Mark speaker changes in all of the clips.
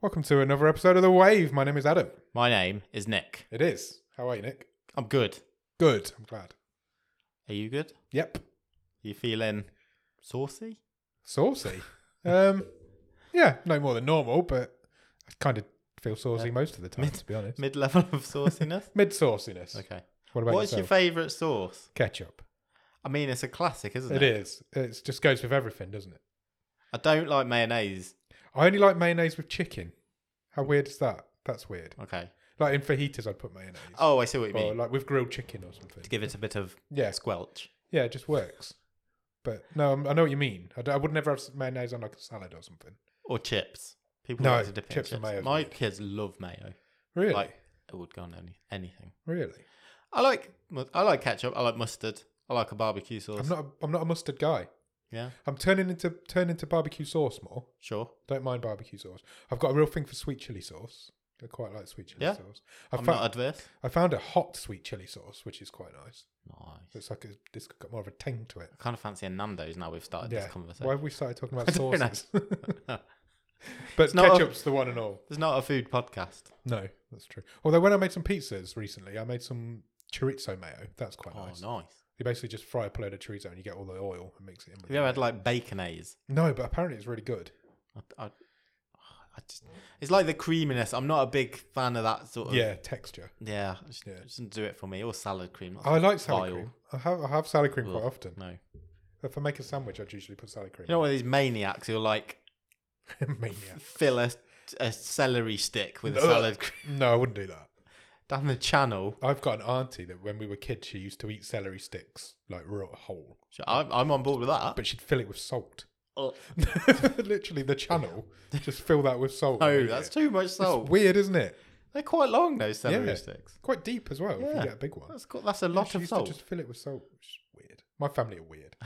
Speaker 1: Welcome to another episode of The Wave. My name is Adam.
Speaker 2: My name is Nick.
Speaker 1: It is. How are you, Nick?
Speaker 2: I'm good.
Speaker 1: Good. I'm glad.
Speaker 2: Are you good?
Speaker 1: Yep.
Speaker 2: You feeling saucy?
Speaker 1: Saucy. um, yeah, no more than normal, but I kind of feel saucy most of the time, to be honest.
Speaker 2: Mid level of sauciness?
Speaker 1: Mid sauciness.
Speaker 2: okay.
Speaker 1: What about
Speaker 2: What's your
Speaker 1: yourself?
Speaker 2: favourite sauce?
Speaker 1: Ketchup.
Speaker 2: I mean, it's a classic, isn't
Speaker 1: It
Speaker 2: it?
Speaker 1: is. It just goes with everything, doesn't it?
Speaker 2: I don't like mayonnaise.
Speaker 1: I only like mayonnaise with chicken. How weird is that? That's weird.
Speaker 2: Okay.
Speaker 1: Like in fajitas, I'd put mayonnaise.
Speaker 2: Oh, I see what you
Speaker 1: or
Speaker 2: mean.
Speaker 1: like with grilled chicken or something.
Speaker 2: to give it a bit of
Speaker 1: Yeah,
Speaker 2: squelch.
Speaker 1: yeah, it just works. But no, I'm, I know what you mean. I, d- I would never have s- mayonnaise on like a salad or something.
Speaker 2: Or chips. People
Speaker 1: No,
Speaker 2: like to dip it in
Speaker 1: chips
Speaker 2: chips.
Speaker 1: and mayo's
Speaker 2: My
Speaker 1: weird.
Speaker 2: kids love mayo.
Speaker 1: Really,
Speaker 2: Like, it would go on any, anything.
Speaker 1: really.
Speaker 2: I like mu- I like ketchup. I like mustard. I like a barbecue
Speaker 1: I'm
Speaker 2: sauce.
Speaker 1: not. A, I'm not a mustard guy.
Speaker 2: yeah,
Speaker 1: I'm turning into turning into barbecue sauce more.
Speaker 2: sure.
Speaker 1: Don't mind barbecue sauce. I've got a real thing for sweet chili sauce. I quite like sweet chili
Speaker 2: Yeah.
Speaker 1: sauce. I
Speaker 2: I'm
Speaker 1: found
Speaker 2: not adverse.
Speaker 1: I found a hot sweet chili sauce, which is quite nice.
Speaker 2: Nice.
Speaker 1: It's like a, it's got more of a tang to it.
Speaker 2: I kind of fancy a Nando's now we've started
Speaker 1: Yeah.
Speaker 2: this conversation.
Speaker 1: Why have we started talking about
Speaker 2: don't know.
Speaker 1: sauces? but
Speaker 2: not a-
Speaker 1: ketchup's the one and all.
Speaker 2: It's not a food podcast.
Speaker 1: No, that's true. Although when I made some pizzas recently, I made some chorizo mayo. That's quite
Speaker 2: Oh,
Speaker 1: nice.
Speaker 2: nice.
Speaker 1: You basically just fry up a load of chorizo and you get all the oil and mix it in. With
Speaker 2: Have you ever had like baconaise?
Speaker 1: No, but apparently it's really good.
Speaker 2: I, I, I just, it's like the creaminess. I'm not a big fan of that sort of.
Speaker 1: Yeah, texture.
Speaker 2: Yeah. It just-
Speaker 1: Yeah.
Speaker 2: it doesn't do it for me. Or salad cream. that's
Speaker 1: I like salad
Speaker 2: vile.
Speaker 1: cream. I have, I have salad cream quite
Speaker 2: Ugh.
Speaker 1: often.
Speaker 2: No. You
Speaker 1: If I make a sandwich, I'd usually put salad cream.
Speaker 2: know, one of these maniacs who'll like
Speaker 1: on. Mania.
Speaker 2: fill a, a celery stick with
Speaker 1: Ugh.
Speaker 2: salad cream
Speaker 1: No, I wouldn't do that.
Speaker 2: down the channel.
Speaker 1: I've got an auntie that when we were kids, she used to eat celery sticks like raw whole,
Speaker 2: So I'm, I'm on board with that.
Speaker 1: but she'd fill it with salt.
Speaker 2: Oh,
Speaker 1: Literally, the channel just fill that with salt. and
Speaker 2: no,
Speaker 1: eat
Speaker 2: Oh, that's
Speaker 1: it.
Speaker 2: too much salt.
Speaker 1: It's weird, isn't it?
Speaker 2: They're quite long, those celery
Speaker 1: Yeah.
Speaker 2: sticks.
Speaker 1: Quite deep as well. If you
Speaker 2: Yeah.
Speaker 1: get a big one,
Speaker 2: That's, got, that's a lot
Speaker 1: she
Speaker 2: of
Speaker 1: used
Speaker 2: salt.
Speaker 1: to just fill it with salt. Which is weird. My family are weird.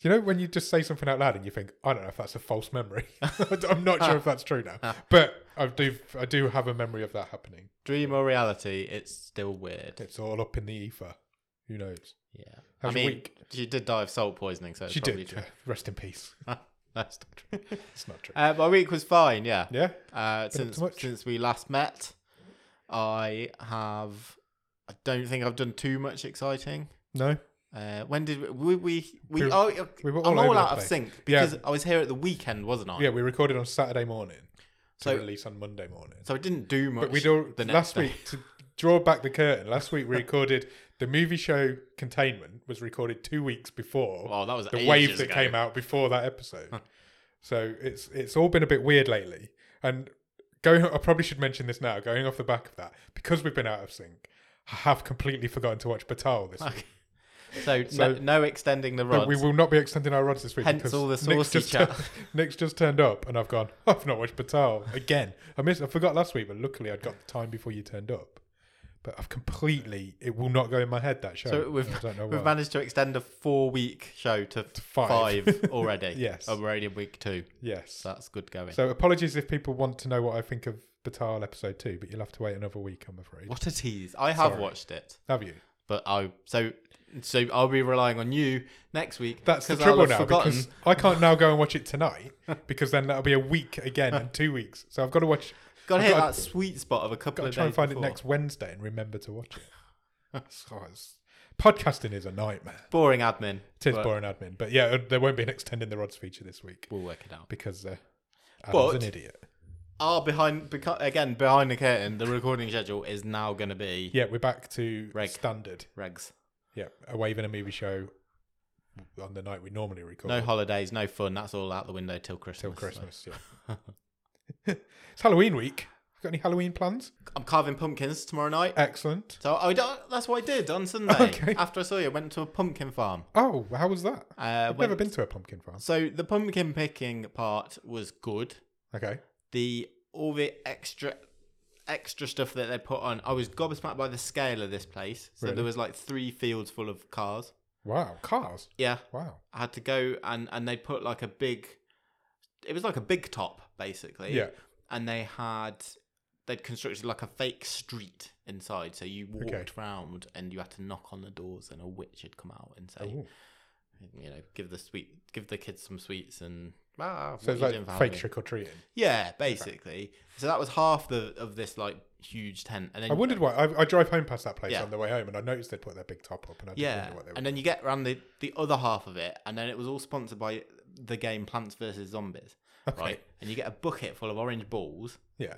Speaker 1: you know when you just say something out loud and you think, I don't know if that's a false memory. I'm not sure if that's true now, but I do. I do have a memory of that happening.
Speaker 2: Dream or reality, it's still weird.
Speaker 1: It's all up in the ether. Who knows?
Speaker 2: Yeah.
Speaker 1: How's
Speaker 2: I
Speaker 1: your
Speaker 2: mean,
Speaker 1: week?
Speaker 2: she did die of salt poisoning, so it's
Speaker 1: she
Speaker 2: probably
Speaker 1: did.
Speaker 2: true.
Speaker 1: Rest in peace.
Speaker 2: That's not true.
Speaker 1: It's not true.
Speaker 2: Uh, my week was fine, yeah.
Speaker 1: yeah.
Speaker 2: Uh,
Speaker 1: Been up
Speaker 2: since
Speaker 1: to much?
Speaker 2: since we last met, I have. I don't think I've done too much exciting.
Speaker 1: No.
Speaker 2: Uh, when did we we we,
Speaker 1: We-
Speaker 2: oh,
Speaker 1: we were all
Speaker 2: I'm
Speaker 1: over
Speaker 2: all
Speaker 1: the
Speaker 2: out of
Speaker 1: place.
Speaker 2: sync
Speaker 1: Yeah.
Speaker 2: because I was here at the weekend, wasn't I?
Speaker 1: Yeah, we recorded on Saturday morning to
Speaker 2: So-
Speaker 1: release on Monday morning.
Speaker 2: So I didn't do much.
Speaker 1: But we do
Speaker 2: the next
Speaker 1: last
Speaker 2: day.
Speaker 1: week to draw back the curtain. Last week we recorded the movie show Containment was recorded two weeks before
Speaker 2: Well, that was
Speaker 1: the
Speaker 2: ages
Speaker 1: wave that
Speaker 2: ago.
Speaker 1: came out before that episode. so it's it's all been a bit weird lately. And going, I probably should mention this now. Going off the back of that, because we've been out of sync, I have completely forgotten to watch Batal this week.
Speaker 2: So,
Speaker 1: So-
Speaker 2: no, no extending the
Speaker 1: But
Speaker 2: Ah, rods.
Speaker 1: we will not be extending our rods this week.
Speaker 2: Hence
Speaker 1: because
Speaker 2: all the
Speaker 1: Nick's
Speaker 2: saucy
Speaker 1: just
Speaker 2: chat.
Speaker 1: turned- Nick's just turned up, and I've gone. I've not watched Patel again. I missed. I forgot last week, but luckily I'd got the time before you turned up. But I've completely. It will not go in my head that show.
Speaker 2: So we've-
Speaker 1: I don't know
Speaker 2: We've
Speaker 1: why.
Speaker 2: managed to extend a four-week show to
Speaker 1: five.
Speaker 2: five, already.
Speaker 1: Yes.
Speaker 2: and we're only in week two.
Speaker 1: yes.
Speaker 2: So that's good going.
Speaker 1: So apologies if people want to know what I think of Batal episode two, but you'll have to wait another week. I'm afraid.
Speaker 2: What a tease! I have
Speaker 1: Sorry.
Speaker 2: watched it,
Speaker 1: Have you?
Speaker 2: but I so so I'll be relying on you next week.
Speaker 1: That's the
Speaker 2: 'cause I'll
Speaker 1: trouble
Speaker 2: have
Speaker 1: now
Speaker 2: Forgotten.
Speaker 1: because I can't now go and watch it tonight because then that'll be a week again and two weeks. So I've got to watch.
Speaker 2: Got to
Speaker 1: I've
Speaker 2: hit
Speaker 1: gotta-
Speaker 2: that sweet spot of a couple
Speaker 1: Gotta
Speaker 2: of
Speaker 1: try
Speaker 2: days.
Speaker 1: and find
Speaker 2: before.
Speaker 1: it next Wednesday and remember to watch it. So it's- podcasting is a nightmare.
Speaker 2: Boring admin.
Speaker 1: It is
Speaker 2: but
Speaker 1: boring admin, but yeah, uh, there won't be an extending the rods feature this week
Speaker 2: We'll work it out.
Speaker 1: because uh, Adam's an
Speaker 2: But-
Speaker 1: idiot.
Speaker 2: Our behind beca- again behind the curtain. The recording schedule is now going to be
Speaker 1: Yeah, we're back to
Speaker 2: Reg.
Speaker 1: standard.
Speaker 2: regs.
Speaker 1: Yeah, a wave in a movie show on the night we normally record
Speaker 2: No holidays, no fun. That's all out the window till Christmas.
Speaker 1: till
Speaker 2: so.
Speaker 1: Christmas. Yeah, it's Halloween week. Got any Halloween plans?
Speaker 2: I'm carving pumpkins tomorrow night.
Speaker 1: Excellent.
Speaker 2: So I don't, that's what I did on Sunday.
Speaker 1: Okay.
Speaker 2: After I saw you, I went to a pumpkin farm.
Speaker 1: Oh, how was that?
Speaker 2: Uh,
Speaker 1: I've never
Speaker 2: went-
Speaker 1: been to a pumpkin farm.
Speaker 2: So the pumpkin picking part was good.
Speaker 1: Okay,
Speaker 2: The all the extra extra stuff that they put on, I was gobsmacked by the scale of this place. So
Speaker 1: Really?
Speaker 2: there was like three fields full of cars.
Speaker 1: wow, cars.
Speaker 2: Yeah,
Speaker 1: Wow,
Speaker 2: I had to go and and they put like a big, it was like a big top basically.
Speaker 1: Yeah.
Speaker 2: and they had. They'd constructed like a fake street inside, so you walked
Speaker 1: Okay.
Speaker 2: round and you had to knock on the doors,
Speaker 1: Oh.
Speaker 2: and a witch had come out and say,
Speaker 1: Ooh.
Speaker 2: you know, give the sweet, give the kids some sweets and Ah,
Speaker 1: So it's
Speaker 2: what you doing
Speaker 1: like
Speaker 2: for
Speaker 1: fake
Speaker 2: Halloween?
Speaker 1: trick or treating.
Speaker 2: Yeah, basically. So that was half the of this like huge tent, and then
Speaker 1: I wondered why. I, I drive home past that place
Speaker 2: Yeah.
Speaker 1: on the way home, and I noticed they put their big top up, and I didn't
Speaker 2: yeah,
Speaker 1: wonder what they were.
Speaker 2: and then you get around the the other half of it, and then it was all sponsored by the game Plants vs Zombies, right? And you get a bucket full of orange balls,
Speaker 1: yeah,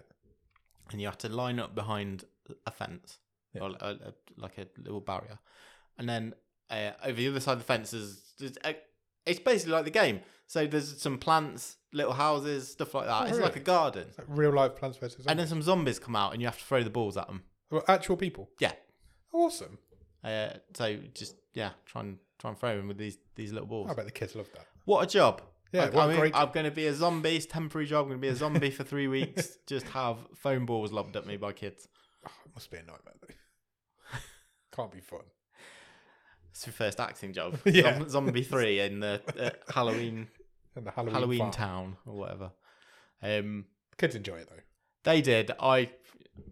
Speaker 2: and you have to line up behind a fence
Speaker 1: Yeah.
Speaker 2: or a, a, like a little barrier, and then uh, over the other side of the fence is, is a, it's basically like the game. So there's some plants, little houses, stuff like that.
Speaker 1: Oh,
Speaker 2: it's
Speaker 1: really?
Speaker 2: like a garden,
Speaker 1: Like real life Plants vs
Speaker 2: and
Speaker 1: Zombies.
Speaker 2: then some zombies come out, and you have to throw the balls at them.
Speaker 1: Well, actual people.
Speaker 2: Yeah.
Speaker 1: Awesome.
Speaker 2: Uh, so just yeah, try and try and throw him with these these little balls.
Speaker 1: I bet the kids love that.
Speaker 2: What a job!
Speaker 1: Yeah,
Speaker 2: Like,
Speaker 1: what
Speaker 2: I
Speaker 1: a
Speaker 2: mean,
Speaker 1: great
Speaker 2: I'm going to be a zombie. It's a temporary job. I'm going to be a zombie for three weeks. Just have foam balls lobbed at me by kids.
Speaker 1: Oh, it must be a nightmare though. Can't be fun.
Speaker 2: It's your first acting job.
Speaker 1: Yeah.
Speaker 2: Zom- zombie three in the uh, Halloween
Speaker 1: And the Halloween,
Speaker 2: Halloween
Speaker 1: farm.
Speaker 2: town or whatever. Um,
Speaker 1: Kids enjoy it though.
Speaker 2: they did. I,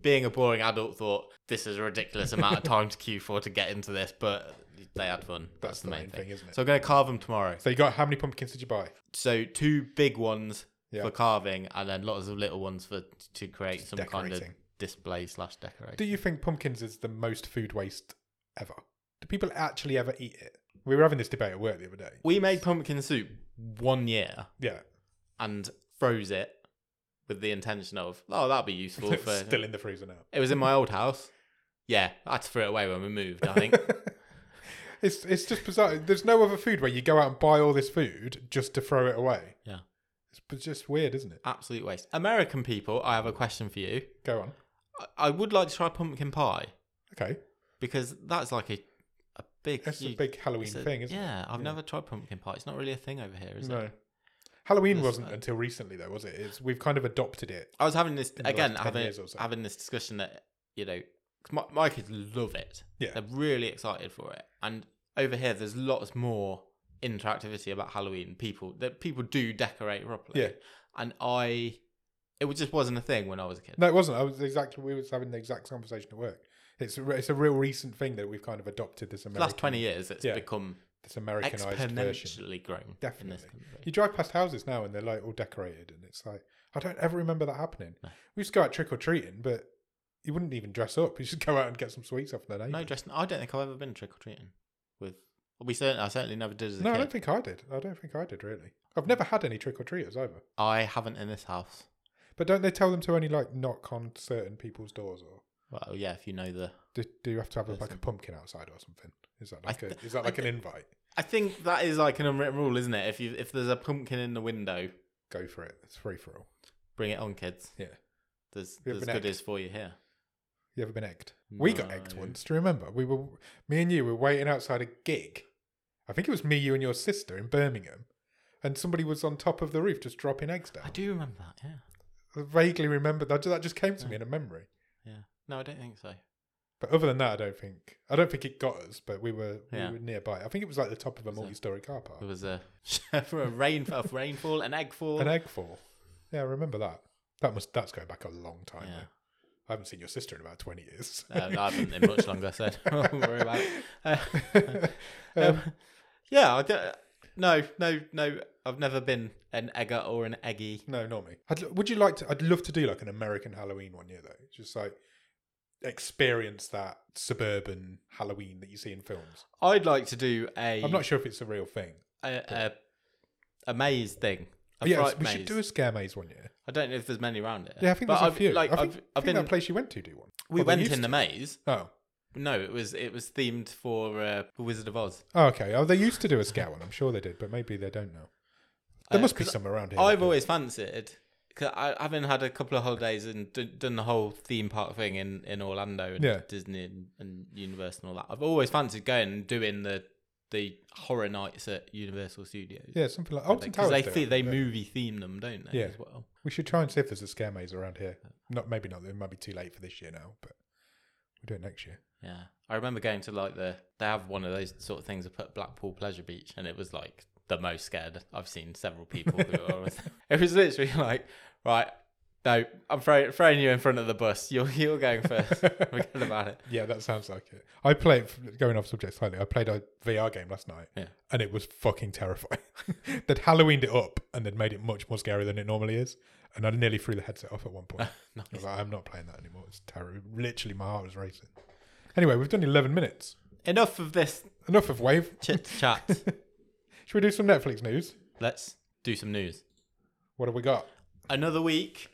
Speaker 2: being a boring adult, thought this is a ridiculous amount of time to queue for to get into this, but they had fun. That's, the main, thing.
Speaker 1: isn't it?
Speaker 2: So I'm going to carve them tomorrow.
Speaker 1: So you got how many pumpkins did you buy?
Speaker 2: so two big ones
Speaker 1: Yeah.
Speaker 2: for carving and then lots of little ones for to create some kind
Speaker 1: decorating.
Speaker 2: of display slash decoration
Speaker 1: Do you think pumpkins is the most food waste ever? Do people actually ever eat it? We were having this debate at work the other day.
Speaker 2: we made pumpkin soup one year
Speaker 1: Yeah,
Speaker 2: and froze it with the intention of oh that'll be useful
Speaker 1: it's
Speaker 2: for
Speaker 1: still in the freezer now.
Speaker 2: it was in my old house yeah i had to throw it away when we moved i think
Speaker 1: It's it's just bizarre. There's no other food where you go out and buy all this food just to throw it away.
Speaker 2: Yeah.
Speaker 1: it's b- just weird, isn't it?
Speaker 2: absolute waste american people i have a question for you
Speaker 1: Go on.
Speaker 2: I- i would like to try pumpkin pie
Speaker 1: Okay,
Speaker 2: because that's like a a big,
Speaker 1: that's a
Speaker 2: huge-
Speaker 1: big Halloween
Speaker 2: it's a-
Speaker 1: thing, isn't
Speaker 2: yeah i've
Speaker 1: Yeah.
Speaker 2: never tried pumpkin pie it's not really a thing over here
Speaker 1: it?
Speaker 2: is it
Speaker 1: No. Halloween
Speaker 2: There's-
Speaker 1: wasn't until recently, though, was it? It's, we've kind of adopted it.
Speaker 2: I was having this
Speaker 1: the
Speaker 2: again,
Speaker 1: last 10
Speaker 2: having
Speaker 1: years or so.
Speaker 2: having this discussion that you know, 'cause my, my kids love it.
Speaker 1: Yeah.
Speaker 2: they're really excited for it. And over here, there's lots more interactivity about Halloween. People that people do decorate properly.
Speaker 1: Yeah.
Speaker 2: and I, it was- just wasn't a thing when I was a kid.
Speaker 1: No, it wasn't. I was exactly. We was having the exact conversation at work. It's a, re- it's a real recent thing that we've kind of adopted this
Speaker 2: The
Speaker 1: American
Speaker 2: last twenty years, it's
Speaker 1: Yeah.
Speaker 2: become
Speaker 1: this Americanized version.
Speaker 2: exponentially grown. in this
Speaker 1: Definitely.
Speaker 2: country.
Speaker 1: You drive past houses now and they're like all decorated, and it's like I don't ever remember that happening. We used to go out trick or treating, but you wouldn't even dress up. You just go out and get some sweets off their neighbour.
Speaker 2: No dressing. I don't think I've ever been trick or treating with. We certainly, I certainly never did as a
Speaker 1: No, I
Speaker 2: kid.
Speaker 1: don't think I did. I don't think I did really. I've never had any trick or treaters either.
Speaker 2: I haven't in this house.
Speaker 1: But don't they tell them to only like knock on certain people's doors, or
Speaker 2: Well, yeah, if you know the
Speaker 1: do, do you have to have like a
Speaker 2: Listen.
Speaker 1: pumpkin outside or something? Is that like a
Speaker 2: th-
Speaker 1: is that
Speaker 2: I
Speaker 1: like an
Speaker 2: th-
Speaker 1: invite?
Speaker 2: I think that is like an unwritten rule, isn't it? If you if there's a pumpkin in the window,
Speaker 1: Go for it. It's free for all.
Speaker 2: bring it on, kids.
Speaker 1: Yeah.
Speaker 2: There's
Speaker 1: We have
Speaker 2: there's
Speaker 1: an
Speaker 2: good
Speaker 1: egg.
Speaker 2: is for you here.
Speaker 1: You ever been egged? We got egged
Speaker 2: No.
Speaker 1: once. Do you remember? We were me and you were waiting outside a gig. I think it was me, you, and your sister in Birmingham, and somebody was on top of the roof just dropping eggs
Speaker 2: I
Speaker 1: down.
Speaker 2: do remember that. Yeah.
Speaker 1: I vaguely remember that. That just came to me in a memory.
Speaker 2: Yeah. No, I don't think so.
Speaker 1: But other than that, I don't think I don't think it got us. But we were
Speaker 2: Yeah.
Speaker 1: we were nearby. I think it was like the top of a multi-story car park.
Speaker 2: There was a for a rain a rainfall, an egg fall.
Speaker 1: An egg fall. Yeah, I remember that. That must that's going back a long time.
Speaker 2: Yeah.
Speaker 1: Though. I haven't seen your sister in about twenty years.
Speaker 2: Uh, I haven't been much longer, so don't worry about it. Uh, um, yeah, I don't, no, no, no. I've never been an egger or an eggy.
Speaker 1: No, not me. I'd, would you like to? I'd love to do like an American Halloween one year though. Just like experience that suburban Halloween that you see in films.
Speaker 2: I'd like to do a
Speaker 1: I'm not sure if it's a real thing.
Speaker 2: a, a, a maze thing. A
Speaker 1: Yeah,
Speaker 2: fright
Speaker 1: we should
Speaker 2: maze.
Speaker 1: do a scare maze one year.
Speaker 2: I don't know if there's many around it.
Speaker 1: Yeah, I think
Speaker 2: but
Speaker 1: there's a
Speaker 2: I've,
Speaker 1: few.
Speaker 2: Like
Speaker 1: I think,
Speaker 2: I've,
Speaker 1: I think
Speaker 2: I've been,
Speaker 1: that place you went to do one.
Speaker 2: we
Speaker 1: Or they
Speaker 2: went
Speaker 1: used
Speaker 2: in the
Speaker 1: to.
Speaker 2: maze.
Speaker 1: Oh,
Speaker 2: No, it was it was themed for uh, The Wizard of Oz.
Speaker 1: oh, okay. Oh, they used to do a scare one. I'm sure they did, but maybe they don't now. There
Speaker 2: Uh,
Speaker 1: must be
Speaker 2: 'cause
Speaker 1: some around here.
Speaker 2: I've always fancied. Cause I haven't had a couple of holidays and d- done the whole theme park thing in, in Orlando and
Speaker 1: Yeah.
Speaker 2: Disney and, and Universal and all that. I've always fancied going and doing the the horror nights at Universal Studios.
Speaker 1: yeah, something like Alton
Speaker 2: because
Speaker 1: Towers.
Speaker 2: they
Speaker 1: do it,
Speaker 2: thi- they
Speaker 1: don't
Speaker 2: movie theme them, don't they?
Speaker 1: Yeah.
Speaker 2: As well.
Speaker 1: We should try and see if there's a scare maze around here. Not maybe not. It might be too late for this year now, but we'll do it next year.
Speaker 2: Yeah, I remember going to like the they have one of those sort of things up at Blackpool Pleasure Beach, and it was like the most scared I've seen several people who are. It was literally like, right, No, I'm throw, throwing you in front of the bus. You're you're going first. Forget about it.
Speaker 1: Yeah, that sounds like it. I played going off subject slightly. I played a VR game last night,
Speaker 2: Yeah.
Speaker 1: and it was fucking terrifying. they'd Halloweened it up, and they'd made it much more scary than it normally is. And I nearly threw the headset off at one point.
Speaker 2: Nice.
Speaker 1: I was like, I'm not playing that anymore. It's terrible. Literally, my heart was racing. Anyway, we've done 11 minutes.
Speaker 2: Enough of this
Speaker 1: Enough of Wave.
Speaker 2: chit chat.
Speaker 1: Should we do some Netflix news?
Speaker 2: Let's do some news.
Speaker 1: What have we got?
Speaker 2: Another week,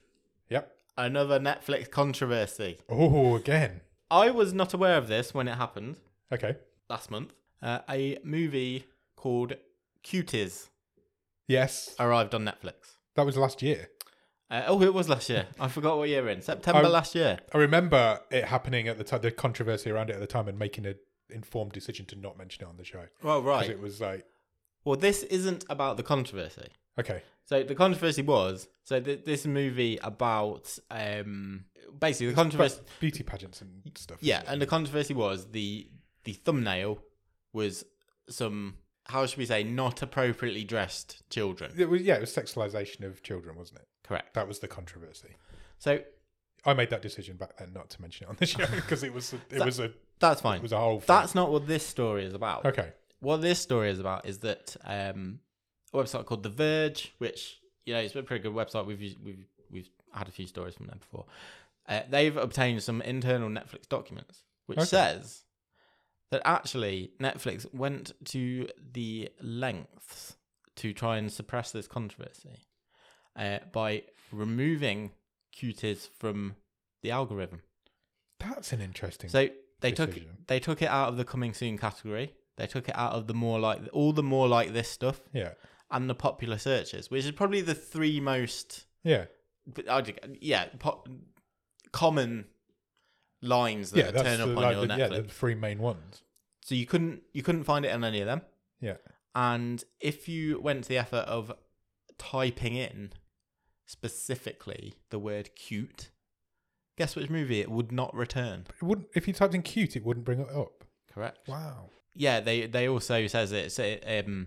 Speaker 1: Yep.
Speaker 2: another Netflix controversy.
Speaker 1: Oh, again.
Speaker 2: I was not aware of this when it happened
Speaker 1: Okay.
Speaker 2: last month. Uh, a movie called Cuties
Speaker 1: Yes.
Speaker 2: arrived on Netflix.
Speaker 1: That was last year.
Speaker 2: Uh, oh, it was last year. I forgot what year we're in. September
Speaker 1: I-
Speaker 2: last year.
Speaker 1: I remember it happening at the time, the controversy around it at the time, and making an informed decision to not mention it on the show.
Speaker 2: Well,
Speaker 1: Because
Speaker 2: right.
Speaker 1: it was like,
Speaker 2: Well, this isn't about the controversy.
Speaker 1: okay,
Speaker 2: So the controversy was so th- this movie about um basically the controversy.
Speaker 1: but beauty pageants and stuff.
Speaker 2: Yeah,
Speaker 1: isn't it?
Speaker 2: and the controversy was the the thumbnail was some how should we say not appropriately dressed children.
Speaker 1: it was yeah, it was sexualization of children, wasn't it?
Speaker 2: Correct.
Speaker 1: That was the controversy.
Speaker 2: So
Speaker 1: I made that decision back then not to mention it on the show because it was it was a it
Speaker 2: that's fine.
Speaker 1: was a whole thing.
Speaker 2: That's not what this story is about.
Speaker 1: okay.
Speaker 2: What this story is about is that um, a website called The Verge, which you know it's a pretty good website. We've used, we've we've had a few stories from them before. Uh, they've obtained some internal Netflix documents, which
Speaker 1: Okay.
Speaker 2: says that actually Netflix went to the lengths to try and suppress this controversy uh, by removing cuties from the algorithm.
Speaker 1: That's an interesting.
Speaker 2: So they took
Speaker 1: decision.
Speaker 2: they took it out of the coming soon category. They took it out of the more like all the more like this stuff
Speaker 1: yeah,
Speaker 2: and the popular searches, which is probably the three most
Speaker 1: yeah,
Speaker 2: but I'd- yeah po- common lines that
Speaker 1: yeah. That's
Speaker 2: turn
Speaker 1: the,
Speaker 2: up on
Speaker 1: like,
Speaker 2: your
Speaker 1: the, yeah,
Speaker 2: Netflix.
Speaker 1: the three main ones.
Speaker 2: So you couldn't you couldn't find it on any of them.
Speaker 1: Yeah.
Speaker 2: And if you went to the effort of typing in specifically the word cute, guess which movie it would not return.
Speaker 1: It wouldn't if you typed in cute, it wouldn't bring it up.
Speaker 2: Correct.
Speaker 1: Wow.
Speaker 2: yeah, they they also says it, so it um,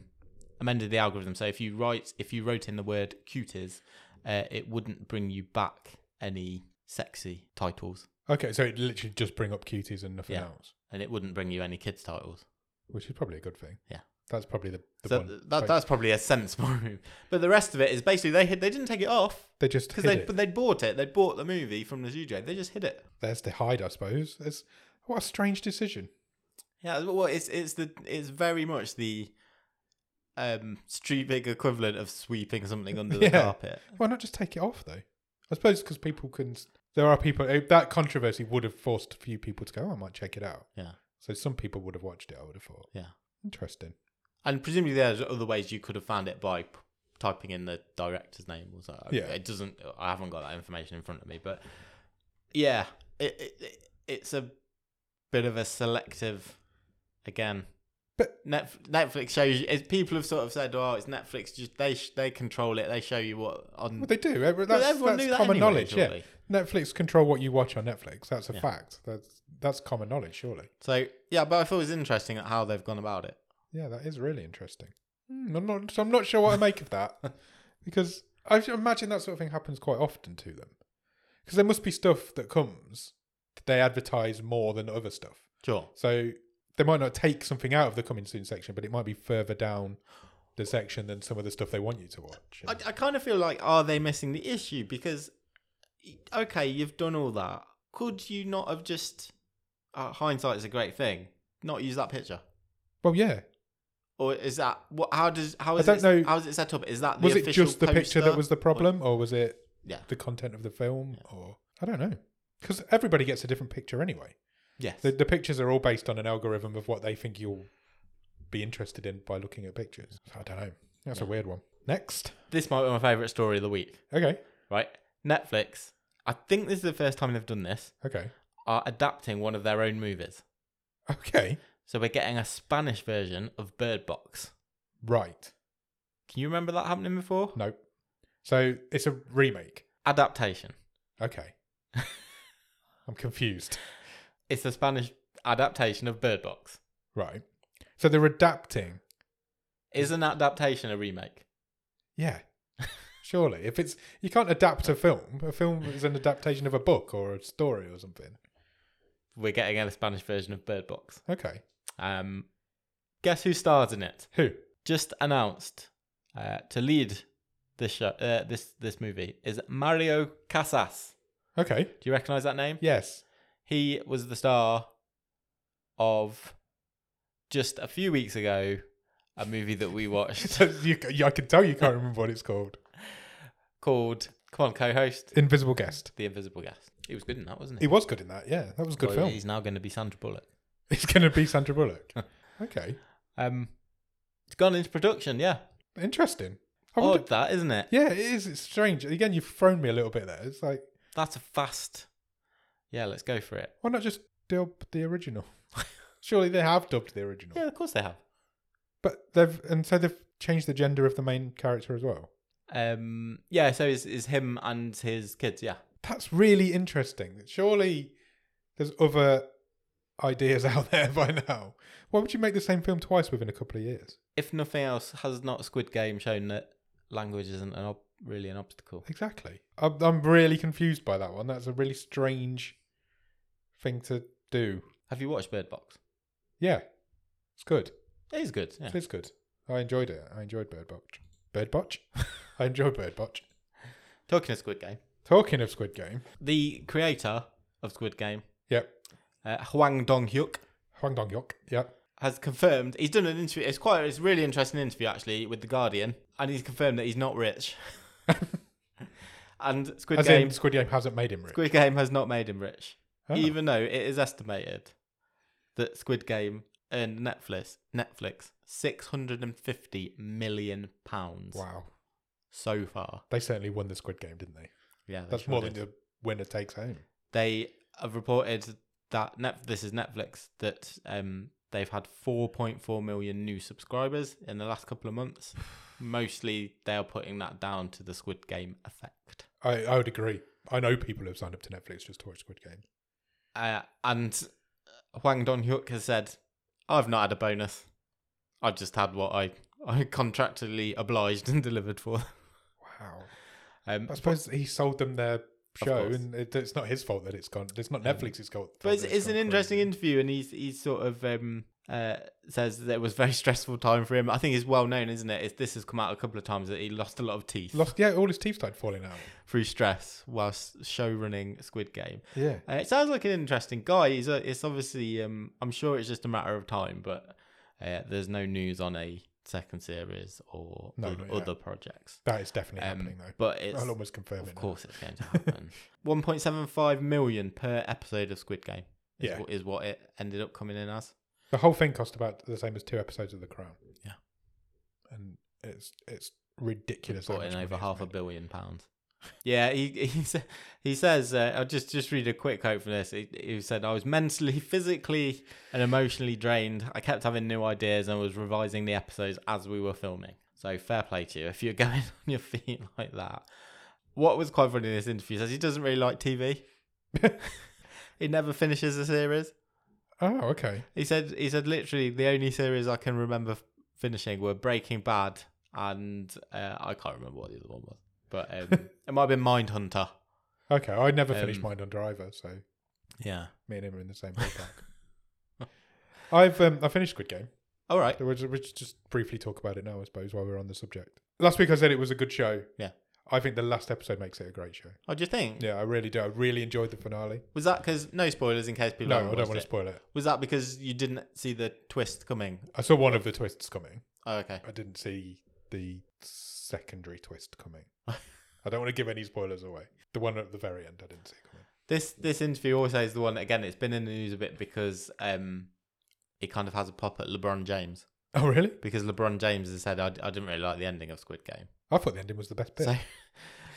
Speaker 2: amended the algorithm. So if you write if you wrote in the word cuties, uh, it wouldn't bring you back any sexy titles,
Speaker 1: Okay, so it literally just bring up cuties and nothing
Speaker 2: Yeah.
Speaker 1: else,
Speaker 2: and it wouldn't bring you any kids titles.
Speaker 1: which is probably a good thing.
Speaker 2: Yeah.
Speaker 1: that's probably the, the
Speaker 2: so
Speaker 1: one.
Speaker 2: th-
Speaker 1: like,
Speaker 2: that, that's probably a sensible move. But the rest of it is basically they hid, they didn't take it off
Speaker 1: they just
Speaker 2: because
Speaker 1: hid
Speaker 2: they
Speaker 1: it.
Speaker 2: but they'd bought it. They'd bought the movie from the studio. They just hid it.
Speaker 1: There's the hide, I suppose. It's what a strange decision.
Speaker 2: Yeah, well, it's it's the it's very much the um street big equivalent of sweeping something under the
Speaker 1: Yeah.
Speaker 2: carpet.
Speaker 1: Why not just take it off though? I suppose because people can. There are people eh, that controversy would have forced a few people to go. "Oh, I might check it out.
Speaker 2: Yeah.
Speaker 1: So some people would have watched it. I would have thought.
Speaker 2: Yeah.
Speaker 1: Interesting.
Speaker 2: And presumably, there's other ways you could have found it by p- typing in the director's name or something.
Speaker 1: Yeah.
Speaker 2: It doesn't. I haven't got that information in front of me, but yeah, it, it, it it's a bit of a selective. Again,
Speaker 1: But-
Speaker 2: Netf- Netflix shows you. It's, people have sort of said, "Oh, it's Netflix. Just they sh- they control it. They show you what on."
Speaker 1: Well, they do. eh, That's,
Speaker 2: Hmm. everyone
Speaker 1: that's
Speaker 2: knew that
Speaker 1: common
Speaker 2: anyway,
Speaker 1: knowledge. Yeah.
Speaker 2: surely.
Speaker 1: Netflix control what you watch on Netflix. That's a
Speaker 2: Yeah.
Speaker 1: fact. That's that's common knowledge, surely.
Speaker 2: so yeah, but I thought it was interesting at how they've gone about it.
Speaker 1: Yeah, that is really interesting. Hmm, I'm not. so I'm not sure what I make of that because I should imagine that sort of thing happens quite often to them. Because there must be stuff that comes that they advertise more than other stuff.
Speaker 2: Sure.
Speaker 1: So they might not take something out of the coming soon section, but it might be further down the section than some of the stuff they want you to watch.
Speaker 2: I, I kind of feel like are they missing the issue because okay you've done all that could you not have just uh, hindsight is a great thing not use that picture
Speaker 1: well, yeah.
Speaker 2: or is that what how does how
Speaker 1: I
Speaker 2: is
Speaker 1: don't
Speaker 2: it
Speaker 1: know.
Speaker 2: how is it set up is that the
Speaker 1: Was it
Speaker 2: official
Speaker 1: just the picture that
Speaker 2: poster?
Speaker 1: was the problem, or was it
Speaker 2: Yeah.
Speaker 1: the content of the film, or I don't know? Because everybody gets a different picture anyway.
Speaker 2: yes
Speaker 1: The, the pictures are all based on an algorithm of what they think you'll be interested in by looking at pictures. I don't know. That's a weird one. Next,
Speaker 2: this might be my favorite story of the week
Speaker 1: okay,
Speaker 2: right netflix i think this is the first time they've done this
Speaker 1: okay,
Speaker 2: are adapting one of their own movies
Speaker 1: okay,
Speaker 2: so we're getting a spanish version of bird box
Speaker 1: right.
Speaker 2: can you remember that happening before
Speaker 1: Nope. So it's a remake.
Speaker 2: adaptation
Speaker 1: Okay. I'm confused.
Speaker 2: it's the spanish adaptation of bird box
Speaker 1: Right. So they're adapting.
Speaker 2: Is an adaptation a remake?
Speaker 1: Yeah. Surely, if it's you can't adapt a film. A film is an adaptation of a book or a story or something.
Speaker 2: We're getting a Spanish version of Bird Box.
Speaker 1: Okay,
Speaker 2: Um, guess who stars in it?
Speaker 1: who?
Speaker 2: Just announced uh, to lead this show, uh, this this movie is Mario Casas.
Speaker 1: Okay,
Speaker 2: Do you recognise that name?
Speaker 1: yes,
Speaker 2: He was the star of just a few weeks ago a movie that we watched
Speaker 1: so you, you, I can tell you can't remember what it's called.
Speaker 2: called Come on, co-host
Speaker 1: Invisible Guest.
Speaker 2: The Invisible Guest. He was good in that, wasn't
Speaker 1: He
Speaker 2: he?
Speaker 1: was good in that. Yeah, that was a good
Speaker 2: Well,
Speaker 1: film.
Speaker 2: He's now going to be Sandra Bullock.
Speaker 1: It's going to be Sandra Bullock. okay,
Speaker 2: Um, it's gone into production. Yeah,
Speaker 1: interesting. I
Speaker 2: odd
Speaker 1: wonder,
Speaker 2: that isn't it?
Speaker 1: yeah, it is. It's strange. Again, you've thrown me a little bit there. It's like
Speaker 2: That's a fast. Yeah, let's go for it.
Speaker 1: why not just dub the original? Surely they have dubbed the original.
Speaker 2: Yeah, of course they have.
Speaker 1: But they've and so they've changed the gender of the main character as well.
Speaker 2: Um, yeah, so is is him and his kids. Yeah,
Speaker 1: That's really interesting. Surely there's other ideas out there by now. Why would you make the same film twice within a couple of years?
Speaker 2: if nothing else, has not Squid Game shown that language isn't an ob- really an obstacle?
Speaker 1: Exactly. I'm, I'm really confused by that one. That's a really strange thing to do.
Speaker 2: Have you watched Bird Box?
Speaker 1: Yeah, it's good.
Speaker 2: It is good. Yeah.
Speaker 1: It's good. I enjoyed it. I enjoyed Bird Botch. Bird Botch? I enjoyed Bird Botch.
Speaker 2: Talking of Squid Game,
Speaker 1: Talking of Squid Game.
Speaker 2: the creator of Squid Game,
Speaker 1: Yep.
Speaker 2: uh, Hwang Dong Hyuk,
Speaker 1: Hwang Dong Yok. Yep.
Speaker 2: has confirmed he's done an interview. It's quite it's a really interesting interview actually with the Guardian, and he's confirmed that he's not rich. and Squid
Speaker 1: As
Speaker 2: Game,
Speaker 1: in, Squid Game hasn't made him rich.
Speaker 2: Squid Game has not made him rich.
Speaker 1: Oh.
Speaker 2: even though it is estimated that Squid Game earned Netflix Netflix six hundred and fifty million pounds
Speaker 1: Ah, Wow.
Speaker 2: so far.
Speaker 1: They certainly won the Squid Game, didn't they?
Speaker 2: Yeah, they
Speaker 1: That's
Speaker 2: sure
Speaker 1: more
Speaker 2: did.
Speaker 1: than the winner takes home.
Speaker 2: they have reported that Net- this is Netflix that um they've had four point four million new subscribers in the last couple of months. Mostly, they are putting that down to the Squid Game effect.
Speaker 1: I, I would agree. I know people have signed up to Netflix just to watch Squid Game.
Speaker 2: Uh, and Huang Dong Hyuk has said, I've not had a bonus. I've just had what I, I contractually obliged and delivered for.
Speaker 1: Wow.
Speaker 2: Um,
Speaker 1: I suppose he sold them their show,
Speaker 2: course.
Speaker 1: and it, it's not his fault that it's gone. It's not Netflix. It's gone.
Speaker 2: but it's,
Speaker 1: that
Speaker 2: it's an
Speaker 1: gone
Speaker 2: interesting
Speaker 1: crazy.
Speaker 2: interview, and he's, he's sort of um, uh, says that it was a very stressful time for him. I think it's well known, isn't it? It's, this has come out a couple of times that he lost a lot of teeth
Speaker 1: Lost. Yeah, all his teeth started falling out.
Speaker 2: through stress whilst show running Squid Game.
Speaker 1: Yeah.
Speaker 2: Uh, it sounds like an interesting guy. He's a, it's obviously, um, I'm sure it's just a matter of time, but uh, there's no news on a second series or
Speaker 1: No,
Speaker 2: oth-
Speaker 1: not yet.
Speaker 2: other projects.
Speaker 1: That is definitely
Speaker 2: Um,
Speaker 1: happening though.
Speaker 2: but it's
Speaker 1: I'll almost confirm it.
Speaker 2: of
Speaker 1: now.
Speaker 2: course it's going to happen. 1.75 million per episode of Squid Game is,
Speaker 1: Yeah.
Speaker 2: what, is what it ended up coming in as.
Speaker 1: The whole thing cost about the same as two episodes of The Crown.
Speaker 2: Yeah.
Speaker 1: And it's it's ridiculous. how
Speaker 2: Brought in
Speaker 1: much
Speaker 2: over
Speaker 1: money
Speaker 2: half
Speaker 1: it's
Speaker 2: a
Speaker 1: made.
Speaker 2: billion pounds. Yeah, he he, sa- he says. Uh, I'll just just read a quick quote from this. He, he said, "I was mentally, physically, and emotionally drained. I kept having new ideas and was revising the episodes as we were filming. So fair play to you if you're going on your feet like that." What was quite funny in this interview says he doesn't really like TV. he never finishes a series.
Speaker 1: Oh, okay.
Speaker 2: He said he said literally the only series I can remember f- finishing were Breaking Bad and uh, I can't remember what the other one was, but um, it might have been Mindhunter.
Speaker 1: Okay. I never finished
Speaker 2: Um,
Speaker 1: Mind Under either, so
Speaker 2: Yeah.
Speaker 1: me and him are in the same ballpark. I've um, I finished Squid Game.
Speaker 2: All right.
Speaker 1: So we'll ju- we'll just briefly talk about it now, I suppose, while we're on the subject. Last week I said it was a good show.
Speaker 2: Yeah.
Speaker 1: I think the last episode makes it a great show.
Speaker 2: What do you think?
Speaker 1: Yeah, I really do. I really enjoyed the finale.
Speaker 2: Was that because no spoilers in case people
Speaker 1: No, I
Speaker 2: haven't
Speaker 1: don't
Speaker 2: watched
Speaker 1: want to
Speaker 2: it.
Speaker 1: spoil it.
Speaker 2: Was that because you didn't see the twist coming?
Speaker 1: I saw one of the twists coming.
Speaker 2: Oh, okay.
Speaker 1: I didn't see the secondary twist coming. I don't want to give any spoilers away. The one at the very end, I didn't see coming.
Speaker 2: This this interview also is the one again. It's been in the news a bit because um, it kind of has a pop at LeBron James
Speaker 1: Oh, really?
Speaker 2: because LeBron James has said I, I didn't really like the ending of Squid Game.
Speaker 1: I thought the ending was the best bit.
Speaker 2: So,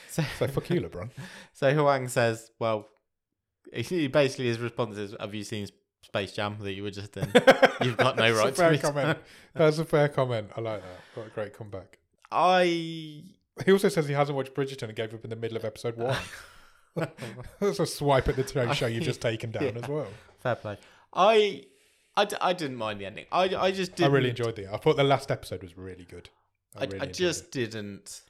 Speaker 1: So,
Speaker 2: so,
Speaker 1: fuck you, LeBron.
Speaker 2: So Huang says, well, he basically his response is, have you seen Space Jam that you were just in? You've got no
Speaker 1: That's
Speaker 2: right
Speaker 1: a
Speaker 2: to
Speaker 1: fair
Speaker 2: be-
Speaker 1: comment. That's a fair comment. I like that. What a great comeback.
Speaker 2: I.
Speaker 1: He also says he hasn't watched Bridgerton and gave up in the middle of episode one. That's a swipe at the TV show you've just taken down as well.
Speaker 2: Fair play. I, I, d- I didn't mind the ending. I, I just
Speaker 1: I
Speaker 2: didn't.
Speaker 1: really enjoyed the. I thought the last episode was really good.
Speaker 2: I,
Speaker 1: really
Speaker 2: I
Speaker 1: enjoyed it.
Speaker 2: just didn't.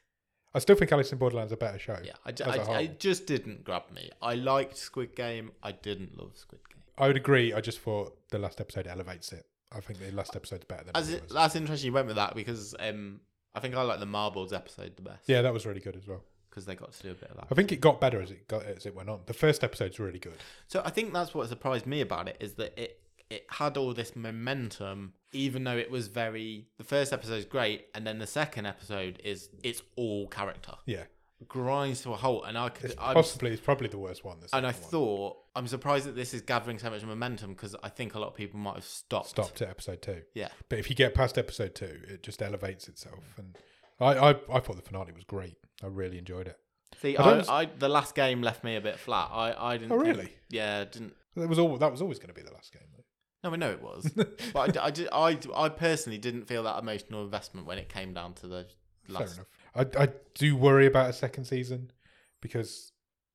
Speaker 1: I still think Alice in Borderland's a better show.
Speaker 2: Yeah, I, ju-
Speaker 1: As a
Speaker 2: I, I
Speaker 1: whole.
Speaker 2: just didn't grab me. I liked Squid Game. I didn't love Squid Game.
Speaker 1: I would agree. I just thought the last episode elevates it. I think the last episode's better than
Speaker 2: As
Speaker 1: it
Speaker 2: it,
Speaker 1: was.
Speaker 2: that's interesting you went with that because um, I think I like the Marbles episode the best.
Speaker 1: Yeah, that was really good as well.
Speaker 2: because they got to do a bit of that.
Speaker 1: I think it got better as it got as it went on. The first episode's really good.
Speaker 2: So I think that's what surprised me about it is that it it had all this momentum, even though it was very the first episode's great, and then the second episode is it's all character
Speaker 1: Yeah,
Speaker 2: grinds to a halt, and I could
Speaker 1: it's
Speaker 2: I'm,
Speaker 1: possibly it's probably the worst one. the
Speaker 2: and I
Speaker 1: second one.
Speaker 2: thought I'm surprised that this is gathering so much momentum because I think a lot of people might have stopped.
Speaker 1: stopped at episode two.
Speaker 2: Yeah,
Speaker 1: But if you get past episode two, it just elevates itself. And I I, I thought the finale was great. I really enjoyed it.
Speaker 2: see,
Speaker 1: I
Speaker 2: I,
Speaker 1: don't-
Speaker 2: I, the last game left me a bit flat. I I didn't.
Speaker 1: Oh,
Speaker 2: think-
Speaker 1: really?
Speaker 2: yeah, didn't.
Speaker 1: That was all. That was always going to be the last game. though.
Speaker 2: No, I know it was, but I d- I, did- I, I personally didn't feel that emotional investment when it came down to the
Speaker 1: Fair
Speaker 2: last.
Speaker 1: enough. I, I do worry about a second season because